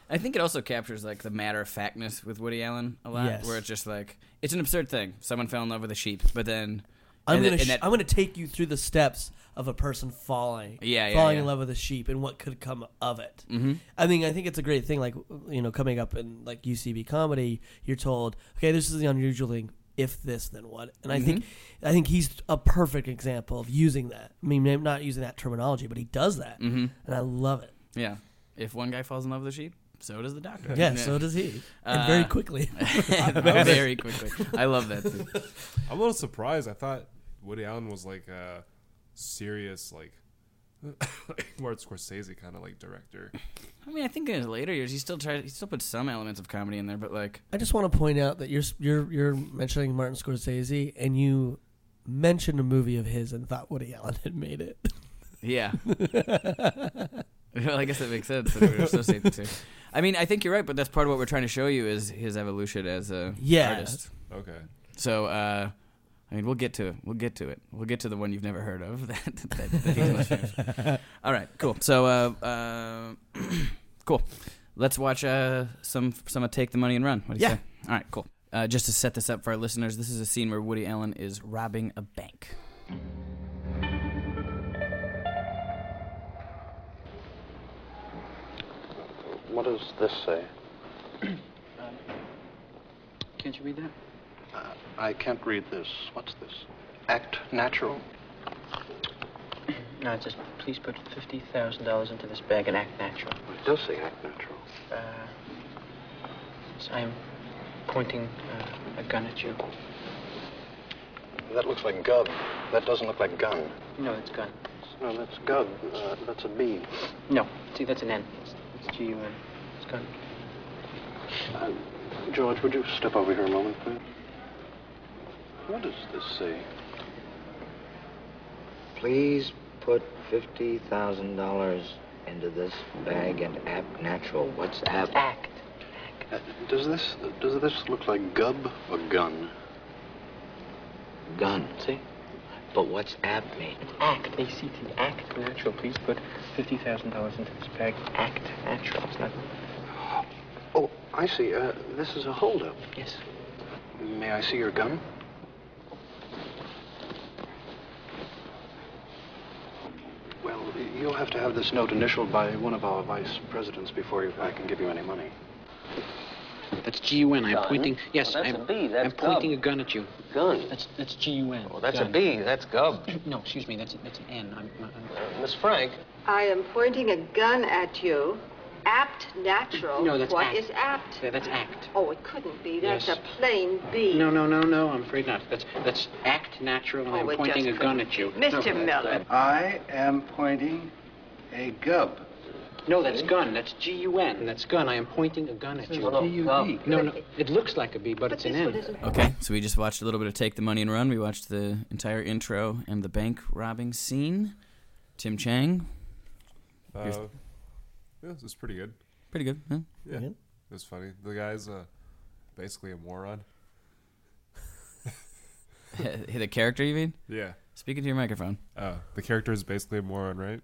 I think it also captures like the matter of factness with Woody Allen a lot,
Yes.
where it's just like it's an absurd thing. Someone fell in love with a sheep, but then
I'm
and
gonna
that- and
sh-
that-
I'm gonna take you through the steps of a person falling,
Yeah, yeah,
falling
yeah. Mm-hmm.
in love with a sheep and what could come of it. I mean, I think it's a great thing. Like you know, coming up in like UCB comedy, you're told, okay, this is the unusual thing. If this, then what? And I think
Mm-hmm.
I think he's a perfect example of using that. I mean, maybe not using that terminology, but he does
Mm.
that, and I
<laughs>
love it.
Mm-hmm. yeah, if one guy falls in love with a sheep, so does the doctor.
Yeah, so does he, and very
Uh, <laughs>
quickly.
very quickly. I love that. Too.
I'm a little surprised. I thought Woody Allen was like a serious, like <coughs> Martin Scorsese kind of like director.
I mean, I think in his later years, he still tried. He still put some elements of comedy in there, but like,
I just want to point out that you're you're you're mentioning Martin Scorsese, and you mentioned a movie of his and thought Woody Allen had made it.
yeah. <laughs> well, I guess that makes sense. That we would associate the two. I mean, I think you're right, but that's part of what we're trying to show you is his evolution as <laughs> a
Yeah.
artist.
Okay.
So, uh, I mean, we'll get to it. We'll get to it. We'll get to the one you've never heard of. <laughs> That, that, that he's most famous. All right, cool. So, uh, uh, <clears throat> cool. Let's watch uh, some some of Take the Money and Run. What do you
Yeah.
say? All right, cool. Uh, just to set this up for our listeners, this is a scene where Woody Allen is robbing a bank.
What does this say?
Can't you read that?
Uh, I can't read this. What's this? Act natural.
No, it says, please put $50,000 into this bag and act natural.
It does say act natural.
Uh, so I'm pointing uh, a gun at you.
That looks like gub. That doesn't look like gun.
No, it's gun.
No, that's gub. Uh, that's a bee.
No, see, that's an N. It's, it's G-U-N. It's gun.
Uh, George, would you step over here a moment, please? What does this say?
Please put $50,000 into this bag and act natural. What's app?
Act.
Uh, does this does this look like gub or gun?
Gun. See? But what's app mean?
Act. A-C-T. Act natural. Please put $50,000 into this bag. Act natural. It's not...
Oh, I see. Uh, this is a holdup.
Yes.
May I see your gun? Well, y- you'll have to have this note initialed by one of our vice presidents before you- I can give you any money.
That's G-U-N. I'm pointing... Yes,
that's
I'm,
a bee. That's
I'm pointing
gub.
a gun at you.
Gun.
That's, that's G-U-N.
Well, that's a
Gun.
B. That's gub.
<clears throat>
Uh,
No, excuse me. That's, that's an N. I'm, I'm,
Miss Frank.
I am pointing a gun at you. Apt natural.
No, that's
What
act.
is apt?
Yeah, that's act.
Oh, it couldn't be. That's
Yes.
a plain B.
No, no, no, no. I'm afraid not. That's that's act natural. and
Oh,
I'm
it
pointing a
just
gun
couldn't
at you.
be. Mr.
No,
Miller.
I am pointing a gub.
No, that's gun. That's G U N. That's gun. I am pointing a gun at you.
Hello, gub.
No, no. It looks like a B, but,
But
it's
this
an
one
N.
isn't.
Okay, so we just watched a little bit of Take the Money and Run. We watched the entire intro and the bank robbing scene. Tim Chang,
Uh, yeah, this is pretty good.
pretty good. Huh? <laughs>
Yeah. It was funny. The guy's uh, basically a moron.
the character, you mean?
Yeah.
Speaking to your microphone.
Uh, the character is basically a moron, right?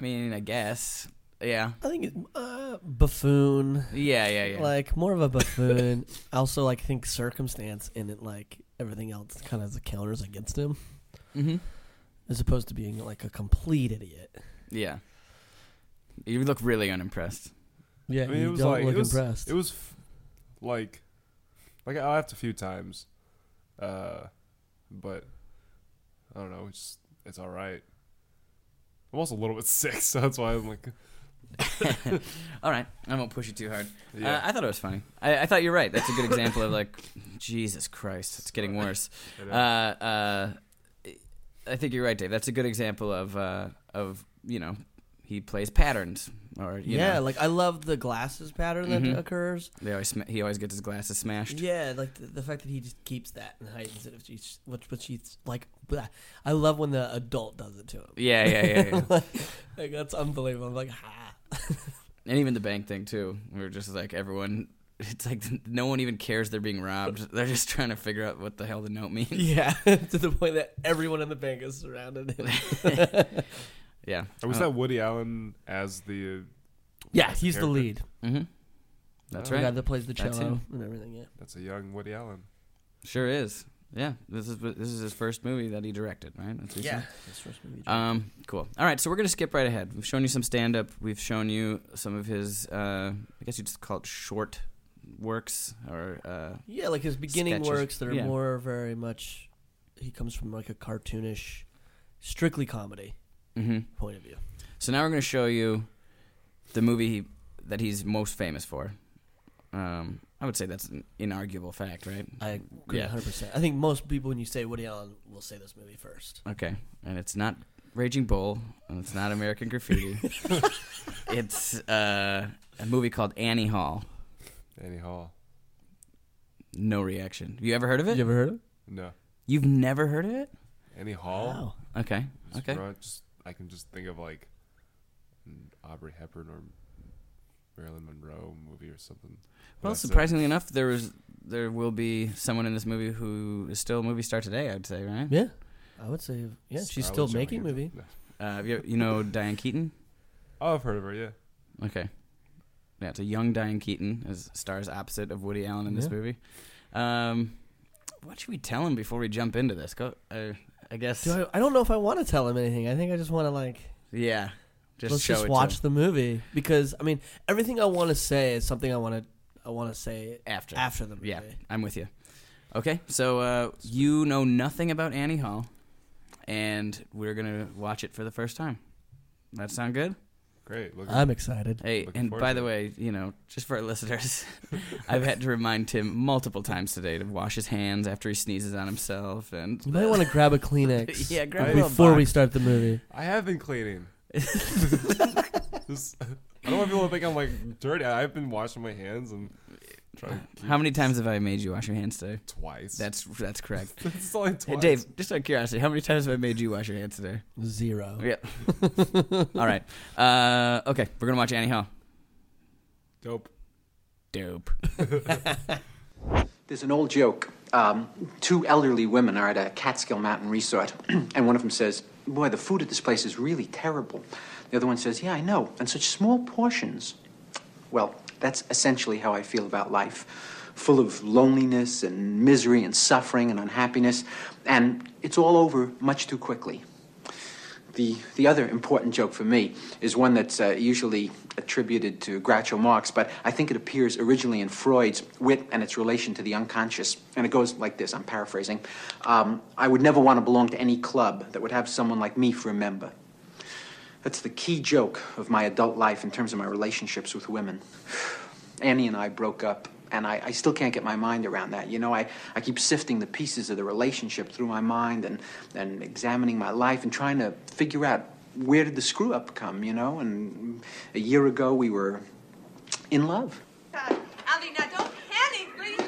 I mean, I guess. Yeah.
I think it, uh, buffoon,
Yeah, yeah, yeah.
like more of
<laughs>
a buffoon. also, like think circumstance and it like everything else kind of as a counters against him,
mm-hmm.
as opposed to being like a complete idiot.
Yeah. You look really unimpressed. <laughs>
Yeah,
I mean,
you
it was
don't
like
look
it was,
impressed.
It was f- like, like I laughed a few times, uh, but I don't know. It's just, it's all right. I'm also a little bit <laughs> sick, so that's why I'm like,
All right, I won't push you too hard. Uh,
Yeah.
I thought it was funny. I, I thought you're right. That's a good example of like, Jesus Christ, it's getting worse. Uh, uh, I think you're right, Dave. That's a good example of uh, of you know he plays patterns. Or you
yeah,
know.
like I love the glasses pattern that
Mhm.
occurs.
They always sma- he always gets his glasses smashed.
Yeah, like the, the fact that he just keeps that and hides it. If she's, which, but she's like, blah. I love when the adult does it to him.
Yeah, yeah, yeah, yeah.
like, <laughs> like, that's unbelievable. I'm like, ha.
And even the bank thing too. We were just like everyone. <laughs> It's like no one even cares they're being robbed. <laughs> They're just trying to figure out what the hell the note means.
yeah, <laughs> to the point that everyone in the bank is surrounded <laughs> him.
<laughs> yeah.
Or was
Uh,
that Woody Allen as the? uh,
yeah,
as
he's the
character?
lead.
Mm-hmm. That's
The
right.
guy that plays the
That's
cello
him.
and everything. Yeah.
That's a young Woody Allen.
Sure is. Yeah. This is this is his first movie that he directed, right? That's what you
Yeah.
said?
His first movie he directed.
Um. Cool. All right. So we're gonna skip right ahead. We've shown you some stand up. We've shown you some of his. Uh, I guess you just call it short works or. Uh,
Yeah, like his beginning
sketches.
works that are
Yeah.
more very much. He comes from like a cartoonish, strictly comedy
Mhm.
point of view.
So now we're going to show you the movie he, that he's most famous for. Um, I would say that's an inarguable fact, right?
I agree,
Yeah.
100%. I think most people, when you say Woody Allen, will say this movie first.
Okay, and it's not Raging Bull, and it's not American Graffiti. it's uh, a movie called Annie Hall.
Annie Hall.
No reaction. You ever heard of it?
You ever heard of it?
No.
You've never heard of it?
Annie
Oh.
Hall.
Okay.
Just
Okay.
run- just- I can just think of like an Aubrey Hepburn or Marilyn Monroe movie or something. But
Well,
that's it.
surprisingly enough, there was there will be someone in this movie who is still a movie star today. I'd say, right?
Yeah, I would say. Yeah, she's still
Scarlett
making
Johansson.
movie.
Uh, have you, you know Diane Keaton?
Oh, I've heard of her. Yeah.
Okay. Yeah, it's a young Diane Keaton as stars opposite of Woody Allen in this
Yeah.
movie. Um, what should we tell him before we jump into this? Go. Uh, I guess.
Do I, I don't know if I want to tell him anything. I think I just want to like.
yeah. Just
let's
show
just
it to
watch
him.
the movie because I mean everything I want to say is something I want to I want to say
after
after the movie.
Yeah, I'm with you. Okay, so uh, you know nothing about Annie Hall, and we're gonna watch it for the first time. That sound good?
Great. Looking,
I'm excited.
Hey,
Looking
and
forward
by
to
the way, you know, just for our
<laughs>
listeners, <laughs> I've had to remind Tim multiple times today to wash his hands after he sneezes on himself, and
<laughs> You might want to
<laughs>
grab a Kleenex.
Yeah, grab a little
before we
box.
start the movie.
I have been cleaning. Just- <laughs> I don't want people to think I'm like dirty. I've been washing my hands and trying. to keep-
How many times have I made you wash your hands today?
Twice.
That's that's correct.
<laughs> It's
<laughs>
only
Hey,
twice.
Dave, just out of curiosity, how many times have I made you wash your hands today?
Zero.
Yeah. <laughs> All right. Uh, okay, we're gonna watch Annie Hall.
Dope.
<laughs> Dope.
There's an old joke. Um, two elderly women are at a Catskill Mountain resort, <clears throat> and one of them says, Boy, the food at this place is really terrible. The other one says, Yeah, I know, and such small portions. Well, that's essentially how I feel about life full of loneliness and misery and suffering and unhappiness, and it's all over much too quickly. The, the other important joke for me is one that's uh, usually attributed to Groucho Marx, but I think it appears originally in Freud's Wit and its Relation to the Unconscious. And it goes like this I'm paraphrasing. Um, I would never want to belong to any club that would have someone like me for a member. That's the key joke of my adult life in terms of my relationships with women. Annie and I broke up, and I, I still can't get my mind around that. You know, I, I keep sifting the pieces of the relationship through my mind and, and examining my life and trying to figure out where did the screw up come, you know? And a year ago, we were in love.
Ali, now don't panic, please.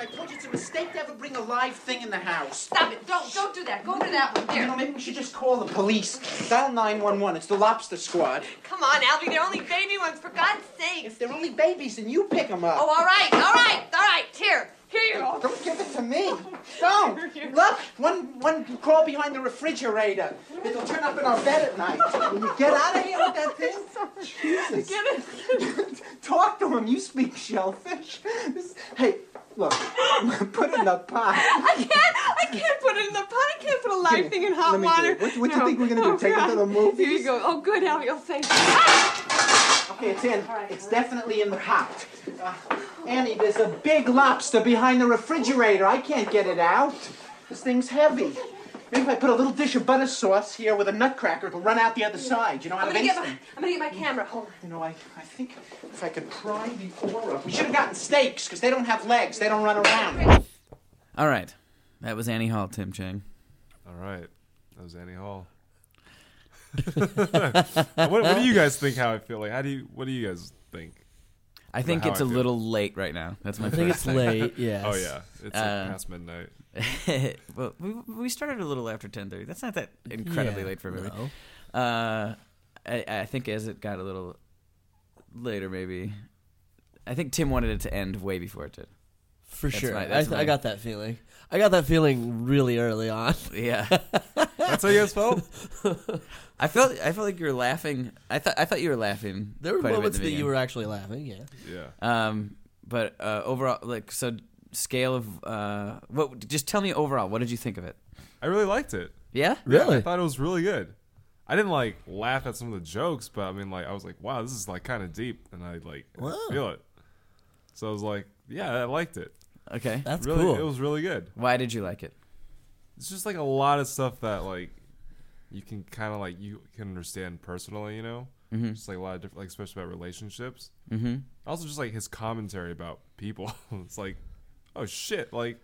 I told you it's a mistake to ever bring a live thing in the house. Stop it. Don't don't do that. Go to that one.
You know, maybe we should just call the police. Dial 911. It's the lobster squad.
Come on, Albie, they're only baby ones, for God's sake. If
they're only babies, then you pick them up.
Oh, all right, all right, all right. Here, here you
Oh,
go.
don't give it to
<laughs>
me. Don't. Look, one one can crawl behind the refrigerator. It'll turn up in our bed at night. Will you get out of here with that
<laughs>
thing? Jesus. Get it. <laughs> Talk to him. You speak shellfish. This- hey, look. <laughs> Put it in the pot.
I can't, I can't put it in the pot. I can't put a
Here,
live thing in hot
let me do
water.
it. What- what do you think we're gonna do,
Oh,
take it to the
God.
movies?
Here you go. Oh, good, Albie, I'll say.
Okay, it's in. It's definitely in the pot. Uh, Annie, there's a big lobster behind the refrigerator. I can't get it out. This thing's heavy. Maybe if I put a little dish of butter sauce here with a nutcracker, it'll run out the other side. You know, out
I'm
of
gonna get my,
anything.
I'm gonna get my camera. Hold on.
You know, I, I think if I could pry the aura. We should have gotten steaks, because they don't have legs. They don't run around.
All right, that was Annie Hall. Tim Chang.
<laughs>
All right, that was Annie Hall. what, what do you guys think? How I feel like? How do you? What do you guys think?
I think
How
it's a
I feel?
little late right now. That's my.
I think
first <laughs>
it's
thing.
late, yes. Oh, yeah. It's, like,
Uh,
past midnight.
<laughs> well, we we started a little after ten thirty. That's not that incredibly
Yeah,
late for a movie.
no.
Uh, I, I think as it got a little later, maybe. I think Tim wanted it to end way before it did.
For
That's
sure.
my-
I,
that's
th- I
my-
got that feeling. I got that feeling really early on. <laughs>
<laughs> Yeah.
That's
how you guys
<laughs>
felt? I felt I felt like you were laughing. I thought I thought you were laughing.
There were
quite a bit in
moments
the
that you
beginning.
were actually laughing, yeah.
Yeah. Um, but uh, overall, like, so scale of uh, what? Just tell me overall. What did you think of it?
I really liked it.
Yeah.
I thought it was really good. I didn't like laugh at some of the jokes, but I mean, like, I was like, wow, this is like kind of deep, and I like I
Wow.
feel it. So I was like, yeah, I liked it.
Okay. That's
really,
cool.
It was really good.
Why did you like it?
It's just like a lot of stuff that like you can kind of like you can understand personally, you know.
Mhm.
Just like a lot of different, like especially about relationships.
Mhm.
Also, just like his commentary about people. <laughs> it's like, oh shit, like.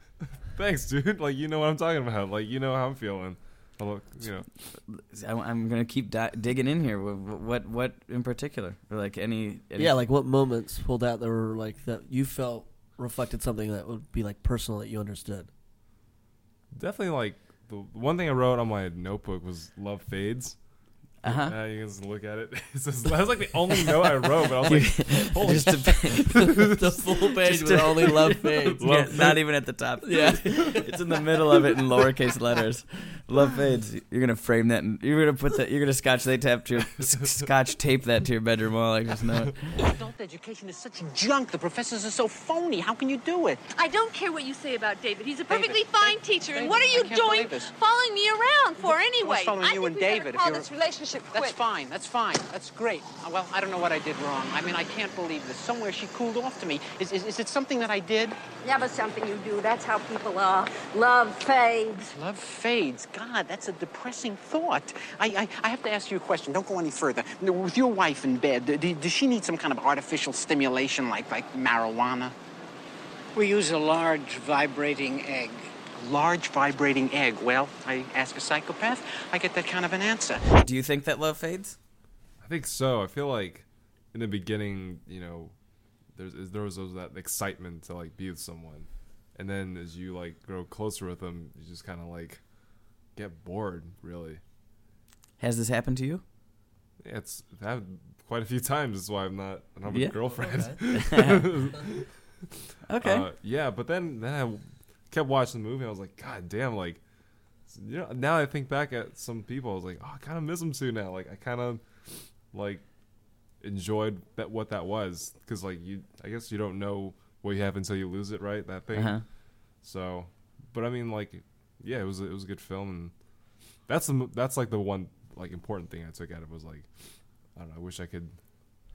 <laughs> Thanks, dude. Like you know what I'm talking about. Like you know how I'm feeling. I look, you know.
I, am gonna keep di- digging in here. What, what, what in particular? Or like any? any
Yeah, like what moments pulled out that were like that you felt reflected something that would be like personal that you understood.
Definitely, like the one thing I wrote on my notebook was "Love Fades."
Uh-huh.
Now you guys look at it. <laughs> It says- that was like the only note I wrote, but I was
<laughs>
like, holy
Just a
shit.
the full page with only love fades.
Love
Yeah, not even at the top. <laughs> Yeah, it's in the middle of it in lowercase letters. Love fades. You're gonna frame that, and you're gonna put that. You're gonna scotch tape that to your scotch tape that to your bedroom wall. I just know. it.
Adult education is such junk. The professors are so phony. How can you do it?
I don't care what you say about David. He's a
David,
perfectly fine teacher.
David,
and what are
I
you
can't
doing
believe this.
following me around for
Who's
anyway?
following
I
you
think
and
we better
David if
call
you're-
this relationship quit.
That's fine. That's fine. That's great. Uh, Well, I don't know what I did wrong. I mean, I can't believe this. Somewhere she cooled off to me. Is, is, is it something that I did?
Never something you do. That's how people are. Love fades.
Love fades. God, that's a depressing thought. I, I, I have to ask you a question. Don't go any further. With your wife in bed, do, does she need some kind of artificial stimulation like, like marijuana?
We use a large vibrating egg.
Large vibrating egg. Well, I ask a psychopath, I get that kind of an answer.
Do you think that love fades?
I think so. I feel like in the beginning, you know, there's is- there was those- that excitement to like be with someone, and then as you like grow closer with them, you just kind of like get bored, really.
Has this happened to you?
Yeah, it's it happened quite a few times. That's why I'm not. I don't have
Yeah.
a girlfriend.
Okay. Okay.
Uh, yeah, but then then I kept watching the movie. I was like, God damn! Like, you know, now I think back at some people. I was like, oh, I kind of miss them too now. Like, I kind of like enjoyed that what that was because like you, I guess you don't know what you have until you lose it, right? That thing.
Uh-huh.
So, but I mean, like, yeah, it was it was a good film, and that's the mo- that's like the one like important thing I took out of it was like, I don't know, I wish I could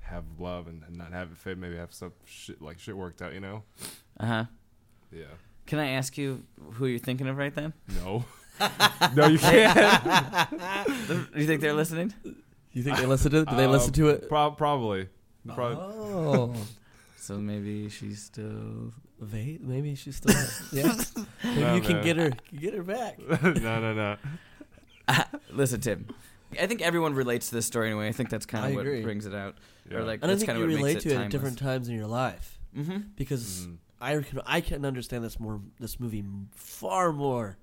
have love and not have it fade. Maybe have stuff shit like shit worked out, you know?
Uh huh.
Yeah.
Can I ask you who you're thinking of right
<laughs>
then?
<laughs>
No. No, you can't.
Do <laughs> you think they're listening?
<laughs> You think they listen to it? Do they
Um,
listen to it?
Prob- Um, probably. Prob-
Oh.
so maybe she's still.
Va- maybe she's still.
<laughs>
yeah. Maybe
No,
you can
man.
get her. Get her back.
<laughs> no, no,
<laughs>
no.
Listen, Tim. I think everyone relates to this story anyway. I think that's kind
I
of what
agree.
brings it out.
Yeah.
Or like,
and I
that's
think
kind
you
of what
relate
makes
to
it
it
timeless.
at different mm-hmm. times in your life.
Mhm.
Because I can I can understand this more this movie m- far more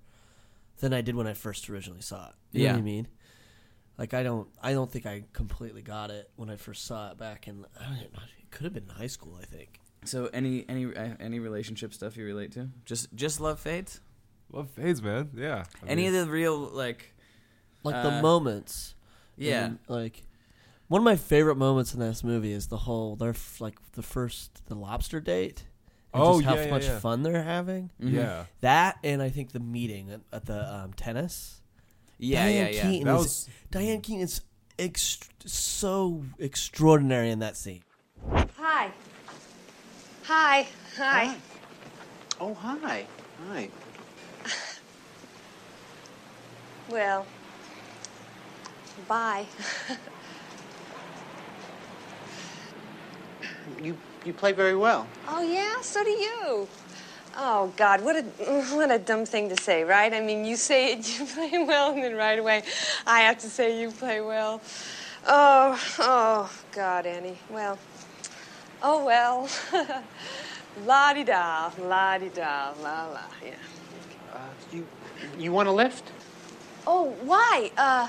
than I did when I first originally saw it. You know what
Yeah.
I mean? Like I don't I don't think I completely got it when I first saw it back in I don't know, it could have been in high school I think.
So any any uh, any relationship stuff you relate to? Just just love fades.
Love fades, man. Yeah. I
any
mean-
of the real like
Like
uh,
the moments.
yeah.
And, like one of my favorite moments in this movie is the whole their f- like the first the lobster date. And
Oh,
just how
yeah, yeah,
much
yeah.
fun they're having.
Mhm. Yeah.
That and I think the meeting at, at the um, tennis.
Yeah,
Diane
yeah, yeah.
Keaton
That
is-
was-
Diane Keaton is ext- so extraordinary in that scene.
Hi. Hi. Hi.
Oh, hi. Hi.
Well, bye.
You you play very well.
oh, yeah? So do you. Oh God, what a what a dumb thing to say, right? I mean, you say it, <laughs> you play well, and then right away, I have to say you play well. Oh, oh God, Annie. Well, oh well. <laughs> la di da, la di da, la la. Yeah.
Uh, you, you want a lift?
Oh, why? Uh,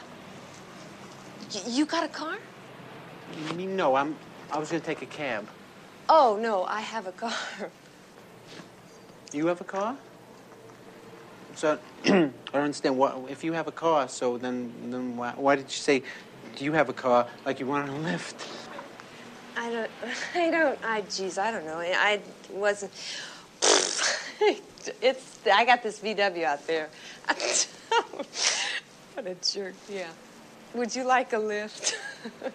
y- you got a car?
Me- No, I'm. I was gonna take a cab.
Oh no, I have a car.
You have a car? So I don't understand. What if you have a car? So then, then why, why did you say, do you have a car? Like you wanted a lift?
I don't. <laughs> I don't. I. Geez, I don't know. I, I wasn't. <laughs> it's. I got this VW out there. <laughs> what a jerk. Yeah. Would you like a lift? <laughs>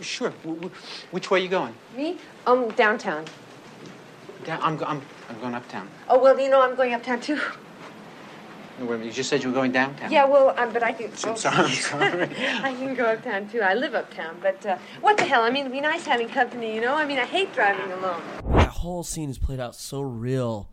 Sure. W- w- which way are you going?
Me? Um, downtown.
Down, I'm, go- I'm, I'm going uptown.
Oh well, you know I'm going uptown too.
No, wait, You just said you were going downtown.
Uh,
Yeah. Well, um, but I can.
So- I'm sorry. I'm
<laughs>
sorry.
I can go uptown too. I live uptown, but uh, what the hell? I mean, it'd be nice having company, you know. I mean, I hate driving alone.
That whole scene is played out so real,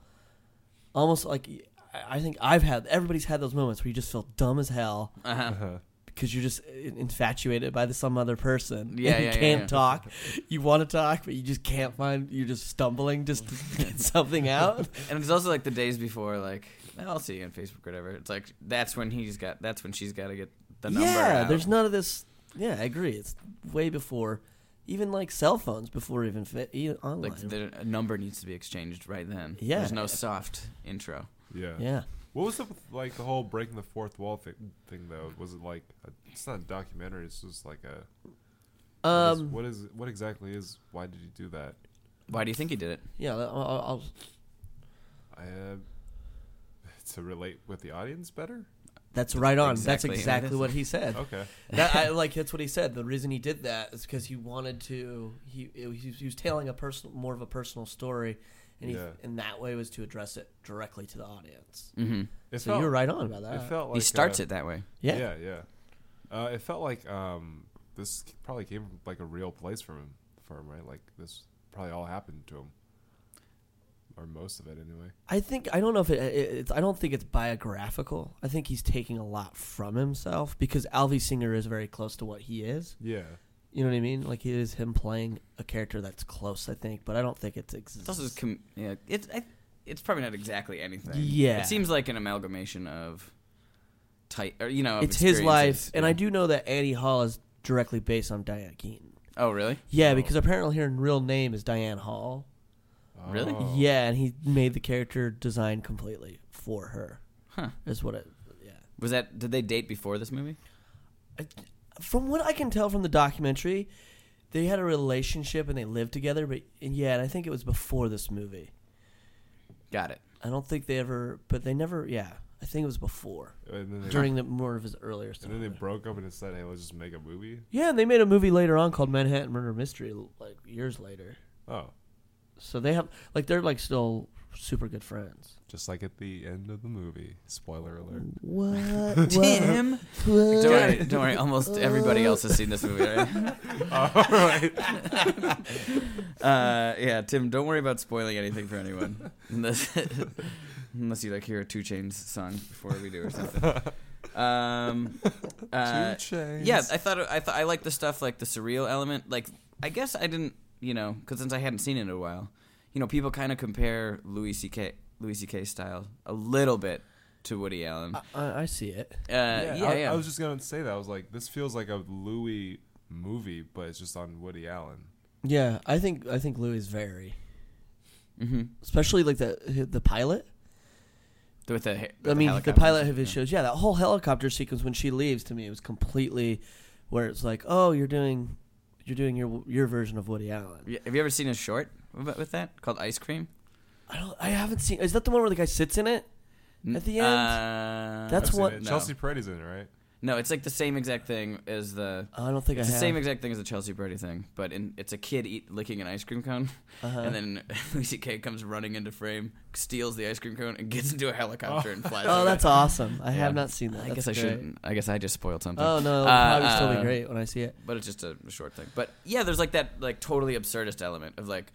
almost like I- I think I've had. Everybody's had those moments where you just feel dumb as hell
Uh-huh. Uh-huh.
because you're just in- infatuated by the- some other person.
Yeah,
and you
yeah, yeah,
can't
yeah.
talk. You want to talk, but you just can't find. You're just stumbling
<laughs>
just to get something out.
and it's also like the days before, like "Oh, I'll see you on Facebook or whatever. It's like that's when he's got. That's when she's got to get the number.
yeah,
out.
there's none of this. Yeah, I agree. It's way before, even like cell phones before even fit even online.
like the a number needs to be exchanged right then.
Yeah.
there's no soft intro.
Yeah.
Mm-hmm. Yeah.
What was up with like the whole breaking the fourth wall thi- thing though? Was it like a, it's not a documentary? It's just like a. what is-
Um,
what is what exactly is? Why did you do that?
Why do you think he did it?
yeah, I'll, I'll,
I, uh, <laughs> to relate with the audience better.
that's right on.
Exactly.
That's exactly what he said.
Okay.
That, I, like that's what he said. The reason he did that is because he wanted to. He it was- he was, he was telling a personal, more of a personal story, and he,
Yeah.
and that way was to address it directly to the audience.
Mhm.
It
So
felt-
you're right on about that.
It felt like uh,
Yeah.
yeah, yeah. Uh, it felt like um, this probably came from like a real place from him, for him, right? Like this probably all happened to him, or most of it anyway.
I think I don't know if it, it, it's. I don't think it's biographical. I think he's taking a lot from himself because Alvy Singer is very close to what he is.
Yeah.
you know what I mean. Like it is him playing a character that's close. I think, but I don't think it's. Ex-
It's also com- yeah. It's I, it's probably not exactly anything.
Yeah.
it seems like an amalgamation of tight or you know. of
it's his life,
experiences.
and I do know that Annie Hall is directly based on Diane Keaton.
Oh really?
Yeah, because apparently her real name is Diane Hall.
Um,
Really? Oh.
Yeah, and he made the character design completely for her.
Huh.
Is what it. Yeah.
Was that? Did they date before this movie?
From what I can tell from the documentary, they had a relationship and they lived together. But and yeah, and I think it was before this movie.
Got it.
I don't think they ever, but they never. Yeah, I think it was before
And then they-
during the more of his earlier stuff.
And then they broke up and decided, hey, let's just make a movie.
Yeah, and they made a movie later on called Manhattan Murder Mystery, like years later.
Oh.
So they have like they're like still super good friends.
Just like at the end of the movie. Spoiler <laughs> alert.
<laughs> What?
Tim?
What? What?
Don't
<laughs>
worry, don't worry. Almost everybody else has seen this movie, right?
All Oh, right.
uh, yeah, Tim, don't worry about spoiling anything for anyone. <laughs> Unless, unless you like hear a Two Chains song before we do or something.
<laughs>
Um, uh,
Two Chainz.
Yeah, I thought I thought I liked the stuff like the surreal element. Like, I guess I didn't, you know, because since I hadn't seen it in a while, you know, people kind of compare Louis C.K. Louis C.K. style a little bit to Woody Allen.
I, I see it.
Uh, yeah, yeah.
Uh, I, I was just gonna say that. I was like, this feels like a Louis movie, but it's just on Woody Allen.
Yeah, I think I think Louis is very,
mm-hmm.
especially like the the pilot.
with the, with
I mean, the,
helicopter.
pilot of his shows. Yeah, that whole helicopter sequence when she leaves to me it was completely where it's like, oh, you're doing, you're doing your your version of Woody Allen.
Yeah, Have you ever seen a short with with that called Ice Cream?
I don't. I haven't seen. Is that the one where the guy sits in it at the end?
Uh,
That's
I've seen
what.
it.
Chelsea Peretti's in it, right?
No, it's like the same exact thing as the.
I don't think
it's
I
the same
have.
exact thing as the Chelsea Brady thing, but in, it's a kid eat, licking an ice cream cone,
Uh-huh.
and then <laughs> Louis C.K. comes running into frame, steals the ice cream cone, and gets into a helicopter and flies.
Oh,
away.
that's awesome. I have
Yeah.
not seen that.
I guess
That's
I
great.
shouldn't. I guess I just spoiled something. Uh,
Oh, no, it'll probably still be great when I see it.
But it's just a short thing. But yeah, there's like that like totally absurdist element of like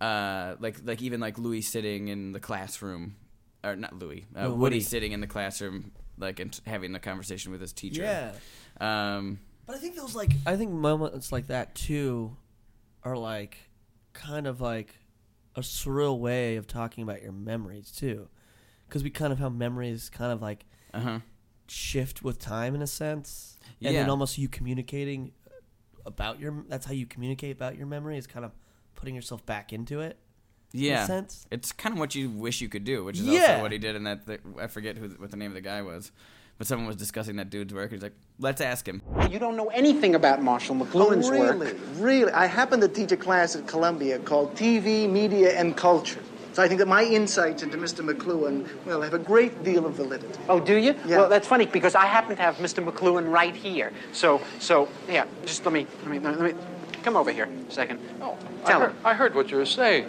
uh, like like even like Louis sitting in the classroom, or not Louis, uh,
No,
Woody.
Woody.
sitting in the classroom, like and having the conversation with his teacher.
Yeah.
Um,
But I think those like I think moments like that too are like kind of like a surreal way of talking about your memories too, because we kind of how memories kind of like
uh-huh.
shift with time in a sense, and then
Yeah.
almost you communicating about your that's how you communicate about your memory is kind of putting yourself back into it. in a
yeah,
sense.
<laughs> it's kind of what you wish you could do, which is
Yeah.
also what he did in that. Th- I forget who th- what the name of the guy was, but someone was discussing that dude's work. He's like, "Let's ask him."
You don't know anything about Marshall McLuhan's
oh, really,
work.
Really, I happen to teach a class at Columbia called TV, Media, and Culture. So I think that my insights into Mr. McLuhan, well, have a great deal of validity.
Oh, do you?
Yeah.
Well, that's funny because I happen to have Mr. McLuhan right here. So, so yeah. Just let me, let me, let me come over here a second. Oh,
I
tell
heard,
him.
I heard what you were saying.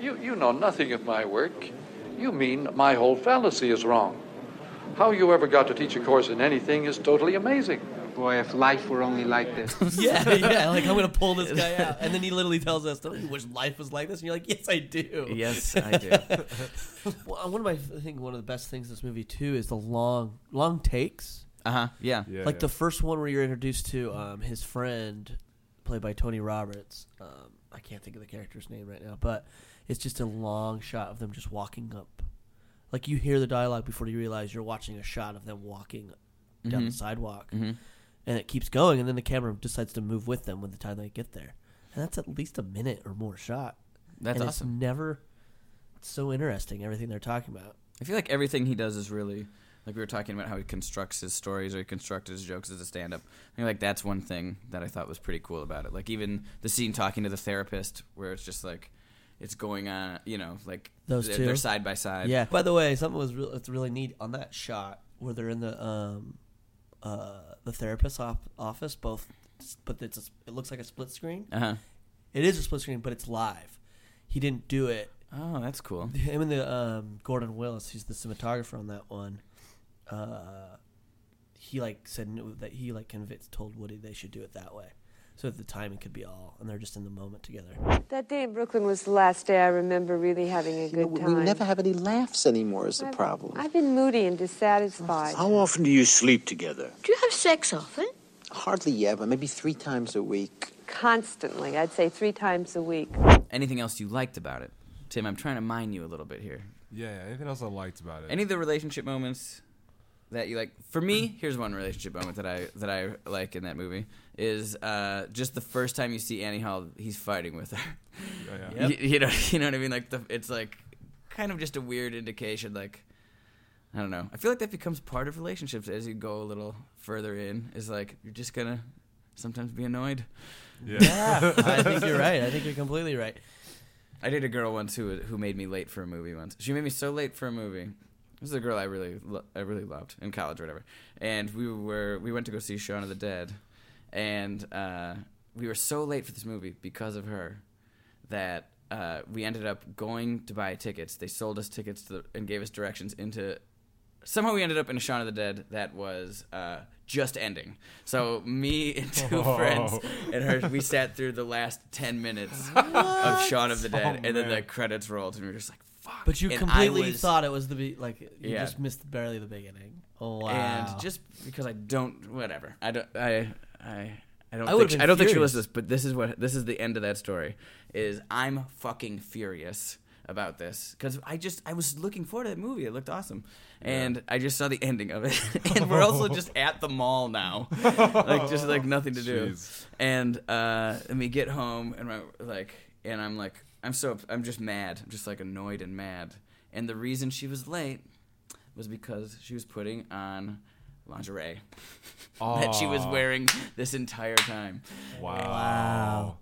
You, you know nothing of my work. You mean my whole fallacy is wrong. How you ever got to teach a course in anything is totally amazing. Boy, if life were only like this.
yeah, yeah. Like I'm gonna pull this
<laughs>
guy out, and then he literally tells us, "Don't you wish life was like this?" And you're like, "Yes, I do."
Yes, <laughs> I do.
well, uh, one of my, I think one of the best things in this movie too is the long, long takes.
Uh huh. Yeah. Yeah,
Like
yeah.
the first one where you're introduced to um, his friend, played by Tony Roberts. Um, I can't think of the character's name right now, but it's just a long shot of them just walking up. Like you hear the dialogue before you realize you're watching a shot of them walking down the
Mhm.
sidewalk,
Mhm.
and it keeps going, and then the camera decides to move with them when the time they get there, and that's at least a minute or more shot.
That's
And
awesome.
It's never it's so interesting everything they're talking about.
I feel like everything he does is really like we were talking about how he constructs his stories or he constructed his jokes as a stand up. I think like that's one thing that I thought was pretty cool about it. Like even the scene talking to the therapist where it's just like it's going on, you know, like
Those
they're,
two,
they're side by side.
Yeah. By the way, something was real, it's really neat on that shot where they're in the um, uh, the therapist's op- office, both, but it's a, it looks like a split screen.
Uh-huh.
It is a split screen, but it's live. He didn't do it.
Oh, that's cool.
Him and the um, Gordon Willis, who's the cinematographer on that one, uh, he like said no- that he like convinced told Woody they should do it that way, so that the timing could be all, and they're just in the moment together.
That day in Brooklyn was the last day I remember really having a good time.
We never have any laughs anymore. Is the problem?
I've been moody and dissatisfied.
How often do you sleep together?
Do you have sex often?
Hardly ever. Maybe three times a week.
Constantly. I'd say three times a week.
Anything else you liked about it? Tim, I'm trying to mine you a little bit here.
Yeah, yeah, anything else I liked about it?
Any of the relationship moments that you like? For me, here's one relationship moment that I that I like in that movie is uh, just the first time you see Annie Hall, he's fighting with her. <laughs>
yeah.
You, you know, <laughs> you know what I mean? Like the, it's like kind of just a weird indication. Like I don't know. I feel like that becomes part of relationships as you go a little further in. Is like you're just gonna sometimes be annoyed.
Yeah.
Yeah, <laughs> I think you're right. I think you're completely right.
I dated a girl once who who made me late for a movie once. She made me so late for a movie. This is a girl I really lo- I really loved in college or whatever. And we were we went to go see Shaun of the Dead, and uh, we were so late for this movie because of her that uh, we ended up going to buy tickets. They sold us tickets to the, and gave us directions into. Somehow we ended up in a Shaun of the Dead that was uh, just ending. So me and two
<laughs> Oh.
friends and her, we sat through the last ten minutes of Shaun of the
What?
Dead,
Oh,
and then
man.
the credits rolled, and we were just like, "Fuck!"
But you
And I
completely
was-
thought it was the be- like you
Yeah.
just missed barely the beginning. Oh wow!
and just because I don't, whatever, I don't, I, I. I don't,
I would've
think,
been
I don't think she
furious.
listens, but this is what this is the end of that story. Is I'm fucking furious about this because I just I was looking forward to that movie. It looked awesome, and I just saw the ending of it. <laughs> and we're also just at the mall now, like just like nothing to do. And uh, and we get home and my like and I'm like I'm so I'm just mad. I'm just like annoyed and mad. And the reason she was late was because she was putting on lingerie <laughs> that she was
Aw.
wearing this entire time.
Wow.
Wow.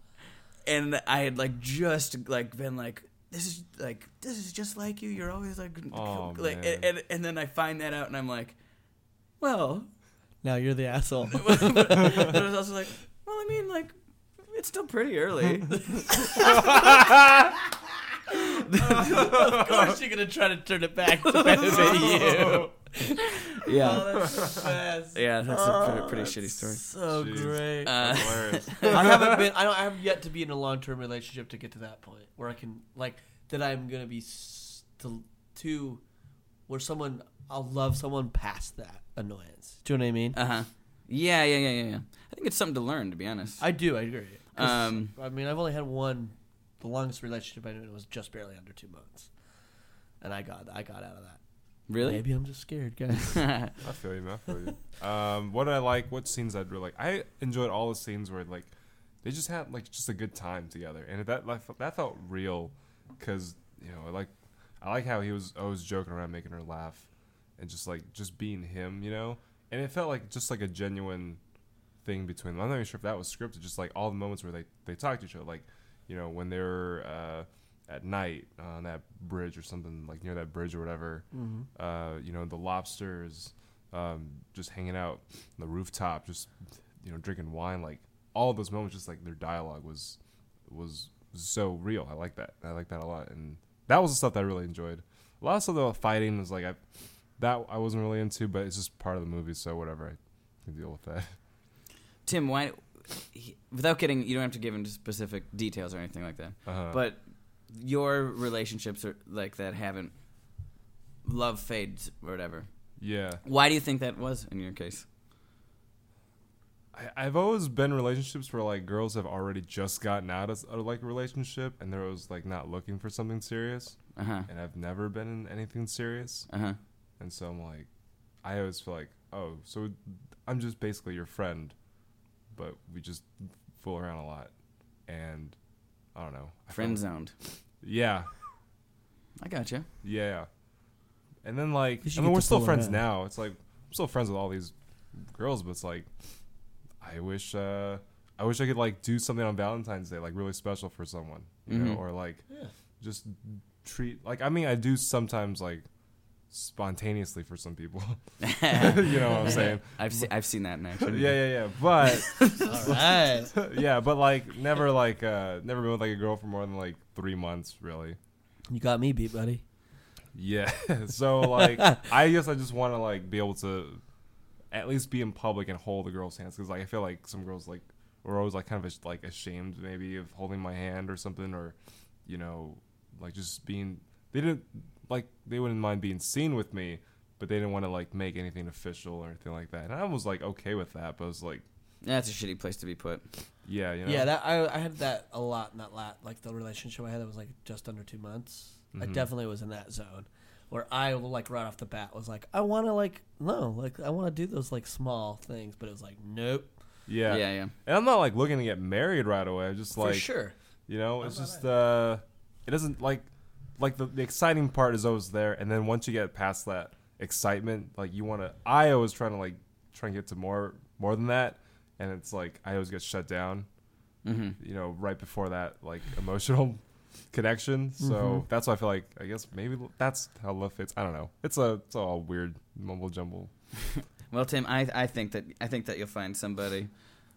And I had like just like been like this is like this is just like you. You're always like
Oh,
like
man.
and, and and then I find that out and I'm like, well, <laughs>
now you're the asshole.
but I was also like, well, I mean, like, it's still pretty early.
<laughs> of course, you're gonna try to turn it back to benefit you.
<laughs> <laughs> Yeah.
Oh, that's the best.
Yeah, that's a pretty,
Oh,
pretty
that's
shitty story.
So great.
Uh,
I haven't been.
<laughs>
I don't. I have yet to be in a long term relationship to get to that point where I can like that. I'm gonna be s- to to where someone I'll love someone past that annoyance. Do you know what I mean?
Uh huh. Yeah, yeah, yeah, yeah, yeah. I think it's something to learn, to be honest.
I do. I agree. 'Cause,
Um,
I mean, I've only had one. The longest relationship I knew was just barely under two months, and I got I got out of that.
Really?
Maybe I'm just scared, <laughs>
<laughs>
guys.
I feel you, man. I feel you. Um, what I like, what scenes I'd really like. I enjoyed all the scenes where like they just had like just a good time together, and that like, that felt real because you know I like I like how he was always joking around, making her laugh, and just like just being him, you know. And it felt like just like a genuine thing between them. I'm not even sure if that was scripted. Just like all the moments where they they talked to each other, like you know when they were uh, at night on that bridge or something, like near that bridge or whatever.
Mhm.
Uh, you know the lobsters, um, just hanging out on the rooftop, just you know drinking wine. Like all those moments, just like their dialogue was was so real. I like that. I like that a lot, and that was the stuff that I really enjoyed. A lot of stuff about fighting was like I that I wasn't really into, but it's just part of the movie, so whatever. I can deal with that. <laughs>
Tim, why? He, without getting, you don't have to give him specific details or anything like that.
Uh-huh.
But your relationships are like that haven't love fades or whatever.
Yeah.
Why do you think that was in your case?
I, I've always been in relationships where like girls have already just gotten out of, of like a relationship and they're always like not looking for something serious.
Uh-huh.
And I've never been in anything serious.
Uh-huh.
And so I'm like, I always feel like, oh, so I'm just basically your friend, but we just fool around a lot, and I don't know. I felt-
Friend zoned.
Yeah.
I
<laughs>
gotcha.
Yeah. And then like,
Because
I
you
mean,
get
we're
to
still
fool
friends
around.
now. It's like I'm still friends with all these girls, but it's like, I wish, uh, I wish I could like do something on Valentine's Day, like really special for someone, you know,
Mm-hmm.
Mhm.
or like
Yeah.
just treat like. I mean, I do sometimes like spontaneously for some people. <laughs> you know what I'm saying?
I've se- I've seen that in action.
yeah, yeah, yeah. But <laughs>
All right.
yeah, but like never like uh never been with like a girl for more than like three months, really.
You got me beat, buddy.
Yeah. <laughs> so like, I guess I just want to like be able to at least be in public and hold the girl's hands because like I feel like some girls like were always like kind of ash- like ashamed maybe of holding my hand or something or you know like just being they didn't like they wouldn't mind being seen with me but they didn't want to like make anything official or anything like that and I was like okay with that but I was like
that's a shitty place to be put
yeah you know
Yeah, that I, I had that a lot in that lat, like the relationship I had that was like just under two months. I
Mhm.
definitely was in that zone where I like right off the bat was like, I want to like no, like I want to do those like small things, but it was like nope.
Yeah.
Yeah, yeah.
And I'm not like looking to get married right away. I'm just
For
like
sure.
You know, it's just uh it doesn't like like the, the exciting part is always there and then once you get past that excitement, like you wanna I always trying to like try and get to more more than that and it's like I always get shut down.
Mhm.
You know, right before that like emotional <laughs> connection. So
Mhm.
that's why I feel like I guess maybe that's how love fits. I don't know. It's a it's all weird mumble jumble.
Well, Tim, I, I think that I think that you'll find somebody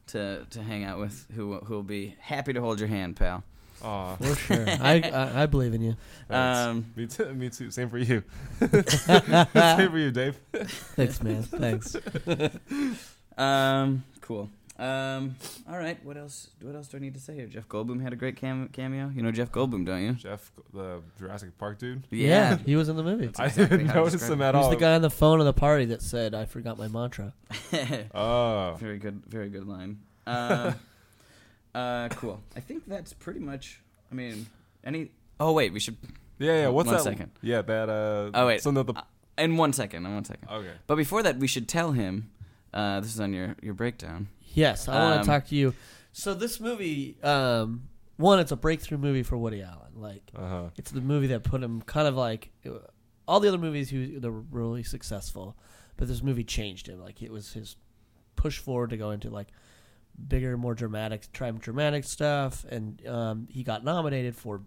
to to hang out with who who will be happy to hold your hand, pal.
<laughs>
Aw.
For sure. I- I- I believe in <laughs> you.
Uh,
Um, me too. Me too. Same for you. Same for you, Dave.
Thanks, man. Thanks.
um, cool. Um, all right. What else? What else do I need to say here? Jeff Goldblum had a great cam- cameo. You know Jeff Goldblum, don't you?
Jeff, the Jurassic Park dude.
Yeah, he was in the movie.
I didn't notice him at
He's
all.
the guy on the phone of the party that said, "I forgot my mantra."
Oh,
<laughs> very good, very good line. <laughs> Uh, uh, cool. I think that's pretty much. I mean, any. Oh wait, we should.
Yeah, yeah, what's
one
that-
second.
yeah, that, uh,
Oh wait.
some of the-
Uh, in one second. In one
Uh,
second.
Okay.
But before that, we should tell him. Uh, this is on your your breakdown.
Yes, I want
Um,
to talk to you. So this movie, um, one, it's a breakthrough movie for Woody Allen. Like,
Uh-huh.
it's the movie that put him kind of like uh, all the other movies. He they were really successful, but this movie changed him. Like, it was his push forward to go into like bigger, more dramatic, try dramatic stuff, and um, he got nominated for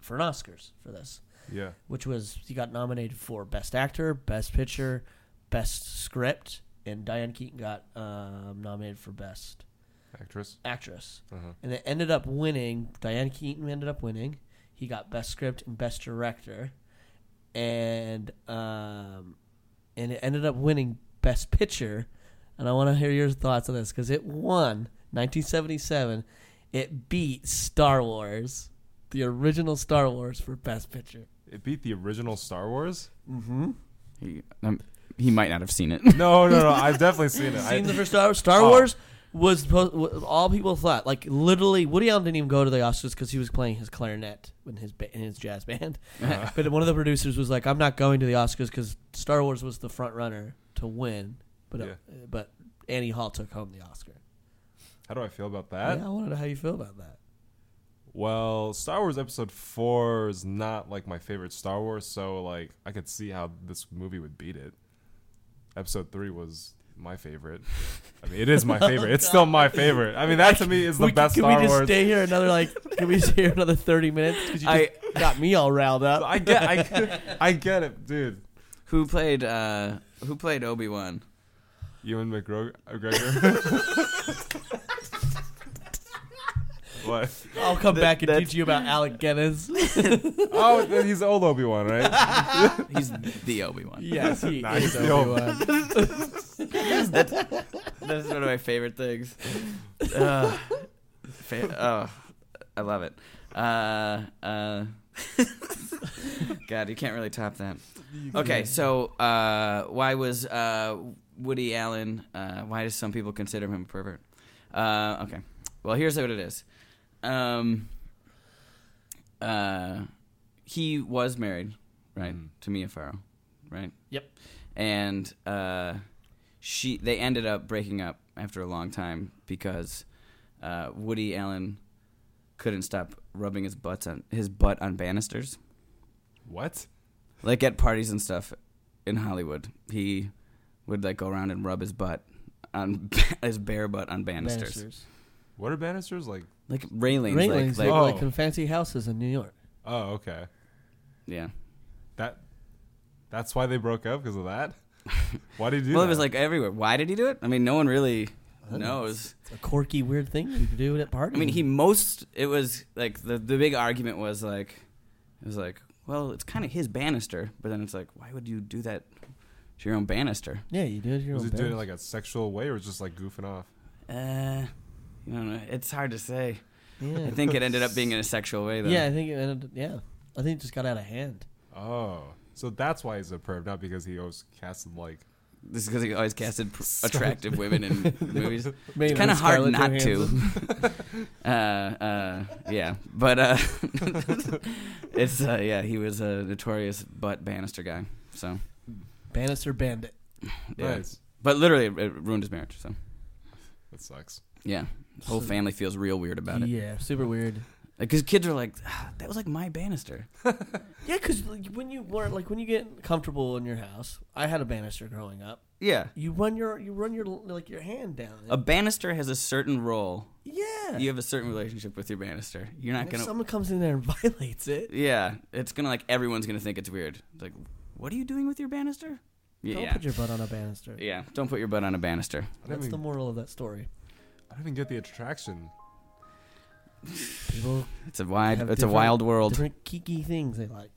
for an Oscars for this.
Yeah.
which was he got nominated for Best Actor, Best Picture, Best Script, and Diane Keaton got um, nominated for Best
Actress.
Actress,
Uh-huh.
and it ended up winning. Diane Keaton ended up winning. He got Best Script and Best Director, and um, and it ended up winning Best Picture. And I want to hear your thoughts on this because it won 1977. It beat Star Wars, the original Star Wars, for Best Picture.
It beat the original Star Wars.
Mm-hmm.
He, um, he might not have seen it. <laughs>
No,
<laughs>
no, no. I've definitely seen it. I-
Seen the first Star Wars. Star
Oh.
Wars was supposed- wa- all people thought. Like literally, Woody Allen didn't even go to the Oscars because he was playing his clarinet in his ba- in his jazz
<laughs>
band.
Uh-huh.
but one of the producers was like, "I'm not going to the Oscars because Star Wars was the front runner to win." But uh,
Yeah.
but Annie Hall took home the Oscar.
How do I feel about that?
Yeah, I wanted to know how you feel about that.
Well, Star Wars Episode Four is not like my favorite Star Wars, so like I could see how this movie would beat it. Episode Three was my favorite. I mean, it is
<laughs>
my favorite. It's still my favorite. I mean, that to me is the
Oh, We-
best
Can
Star
we just
Wars.
stay here another like? Can we stay here another thirty minutes? Because you
I-
just got me all riled up.
<laughs> I get,
<laughs>
I, get- I get it, dude.
Who played uh Who played Obi Wan?
Ewan McGregor.
<laughs>
McGregor. what?
I'll come back and teach you about
<laughs>
Alec Guinness.
Oh, then he's old Obi Wan, right?
he's the Obi Wan.
Yes, he
Nah,
is
he's the old-
Obi-Wan.
that's, that's one of my favorite things. Uh, fa- oh, I love it. Uh, uh, God, you can't really top that. Okay, so uh, why was uh, Woody Allen? Uh, why do some people consider him a pervert? Uh, okay, well here's what it is. Um, uh, he was married, right, to Mia Farrow, right?
Yep.
And uh, she, they ended up breaking up after a long time because uh, Woody Allen couldn't stop rubbing his butts on his butt on banisters,
What?
like at parties and stuff in Hollywood. He would like go around and rub his butt on <laughs> his bare butt on banisters,
What are banisters like?
like railings, like-
Railings
like,
look like in fancy houses in New York.
Oh, okay.
Yeah.
That. That's why they broke up because of that. Why did you?
well,
that?
it was like everywhere. Why did he do it? I mean, no one really
don't know.
knows.
A quirky, weird thing you could do at parties.
I mean, he most it was like the the big argument was like it was like well, it's kind of his banister, but then it's like why would you do that to your own banister?
Yeah, you do it your
was
own
he doing it
best.
like a sexual way or just like goofing off?
Uh, you know, it's hard to say.
Yeah.
I think it ended up being in a sexual way though.
Yeah, I think it ended. Yeah, I think it just got out of hand.
Oh, so that's why he's a perv, not because he always casted like.
This is because he always casted <laughs> pr- attractive women <laughs> in movies.
Mainly
it's kind of hard
Scarlett
not
Johansson.
to. uh, uh, yeah, but uh, <laughs> it's uh, yeah, he was a notorious butt banister guy. So
<laughs> Bannister bandit.
yeah.
Nice.
but literally, it, it ruined his marriage. So
That sucks.
yeah, his whole
So-
family feels real weird about it.
Yeah, super weird.
because kids are like, "Ah, that was like my banister.
Yeah, because when you learn, like when you get comfortable in your house, I had a banister growing up.
Yeah.
you run your you run your like your hand down.
A banister has a certain role.
Yeah.
you have a certain relationship with your banister. You're
And
not
if
gonna.
someone comes in there and <laughs> violates it.
Yeah, it's gonna like everyone's gonna think it's weird. It's like, what are you doing with your banister? Y-
Don't
yeah.
put your butt on a banister.
Yeah, don't put your butt on a banister.
I don't,
That's
even,
the moral of that story.
I don't even get the attraction.
People
It's a wide,
have
it's a
different-
wild world.
Different kiki things they like.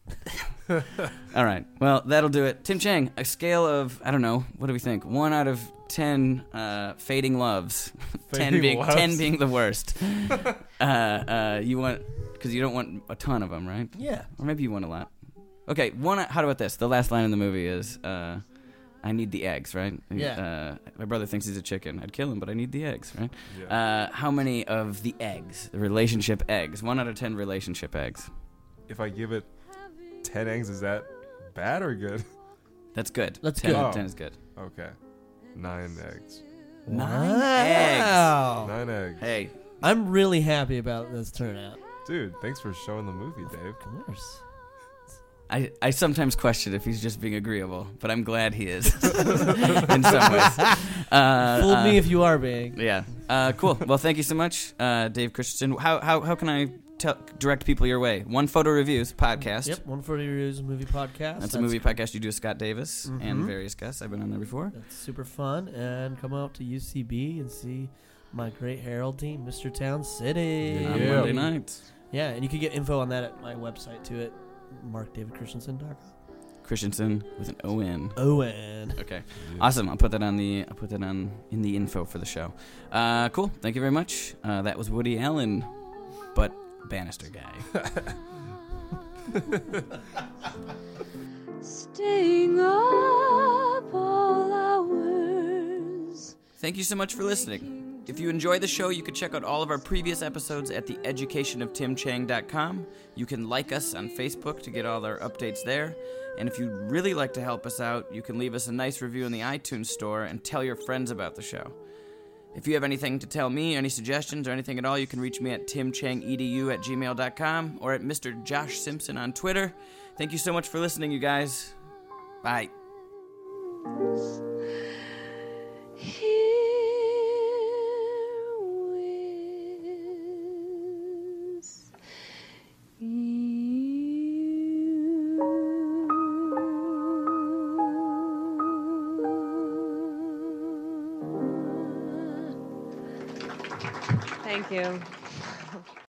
All right, well that'll do it. Tim Chang, a scale of I don't know, what do we think? One out of ten uh, fading loves, <laughs> ten
Fading
being
loves?
ten being the worst.
<laughs>
uh, uh, you want because you don't want a ton of them, right?
Yeah.
Or maybe you want a lot. Okay, one. How about this? The last line in the movie is, uh, "I need the eggs," right?
Yeah.
Uh, my brother thinks he's a chicken. I'd kill him, but I need the eggs, right?
Yeah.
Uh, how many of the eggs, the relationship eggs? One out of ten relationship eggs.
If I give it ten eggs, is that bad or good? <laughs>
That's good.
That's
ten
good.
out
Oh.
of ten is good.
Okay, nine eggs.
Nine
Wow.
eggs.
Nine eggs.
Hey,
I'm really happy about this turnout.
Dude, thanks for showing the movie, Dave.
Of course.
I, I sometimes question if he's just being agreeable, but I'm glad he
<laughs>
is <laughs> in some ways. Uh,
Fool
uh,
me if you are big.
Yeah. Uh, cool. Well, thank you so much, uh, Dave Christensen. How, how, how can I tell, direct people your way? One Photo Reviews podcast.
Yep, 140 Reviews movie podcast.
That's, Mm-hmm. a movie podcast you do with Scott Davis and
Mhm.
various guests. I've been on there before.
That's super fun. And come out to UCB and see my great Herald team, Mr. Town City.
On Um, Monday nights.
Yeah, and you can get info on that at my website too at markdavidchristensen.com.
Christensen with an O N.
O N.
Okay. Awesome. I'll put that on the I'll put that on in the info for the show. Uh, cool. Thank you very much. Uh, that was Woody Allen, but Bannister guy.
Staying up all hours.
Thank you so much for listening. If you enjoy the show, you can check out all of our previous episodes at theeducationoftimchang.com. You can like us on Facebook to get all our updates there. And if you'd really like to help us out, you can leave us a nice review in the iTunes store and tell your friends about the show. If you have anything to tell me, any suggestions, or anything at all, you can reach me at timchangedu at gmail.com or at Mr. Josh Simpson on Twitter. Thank you so much for listening, you guys. Bye.
Thank you.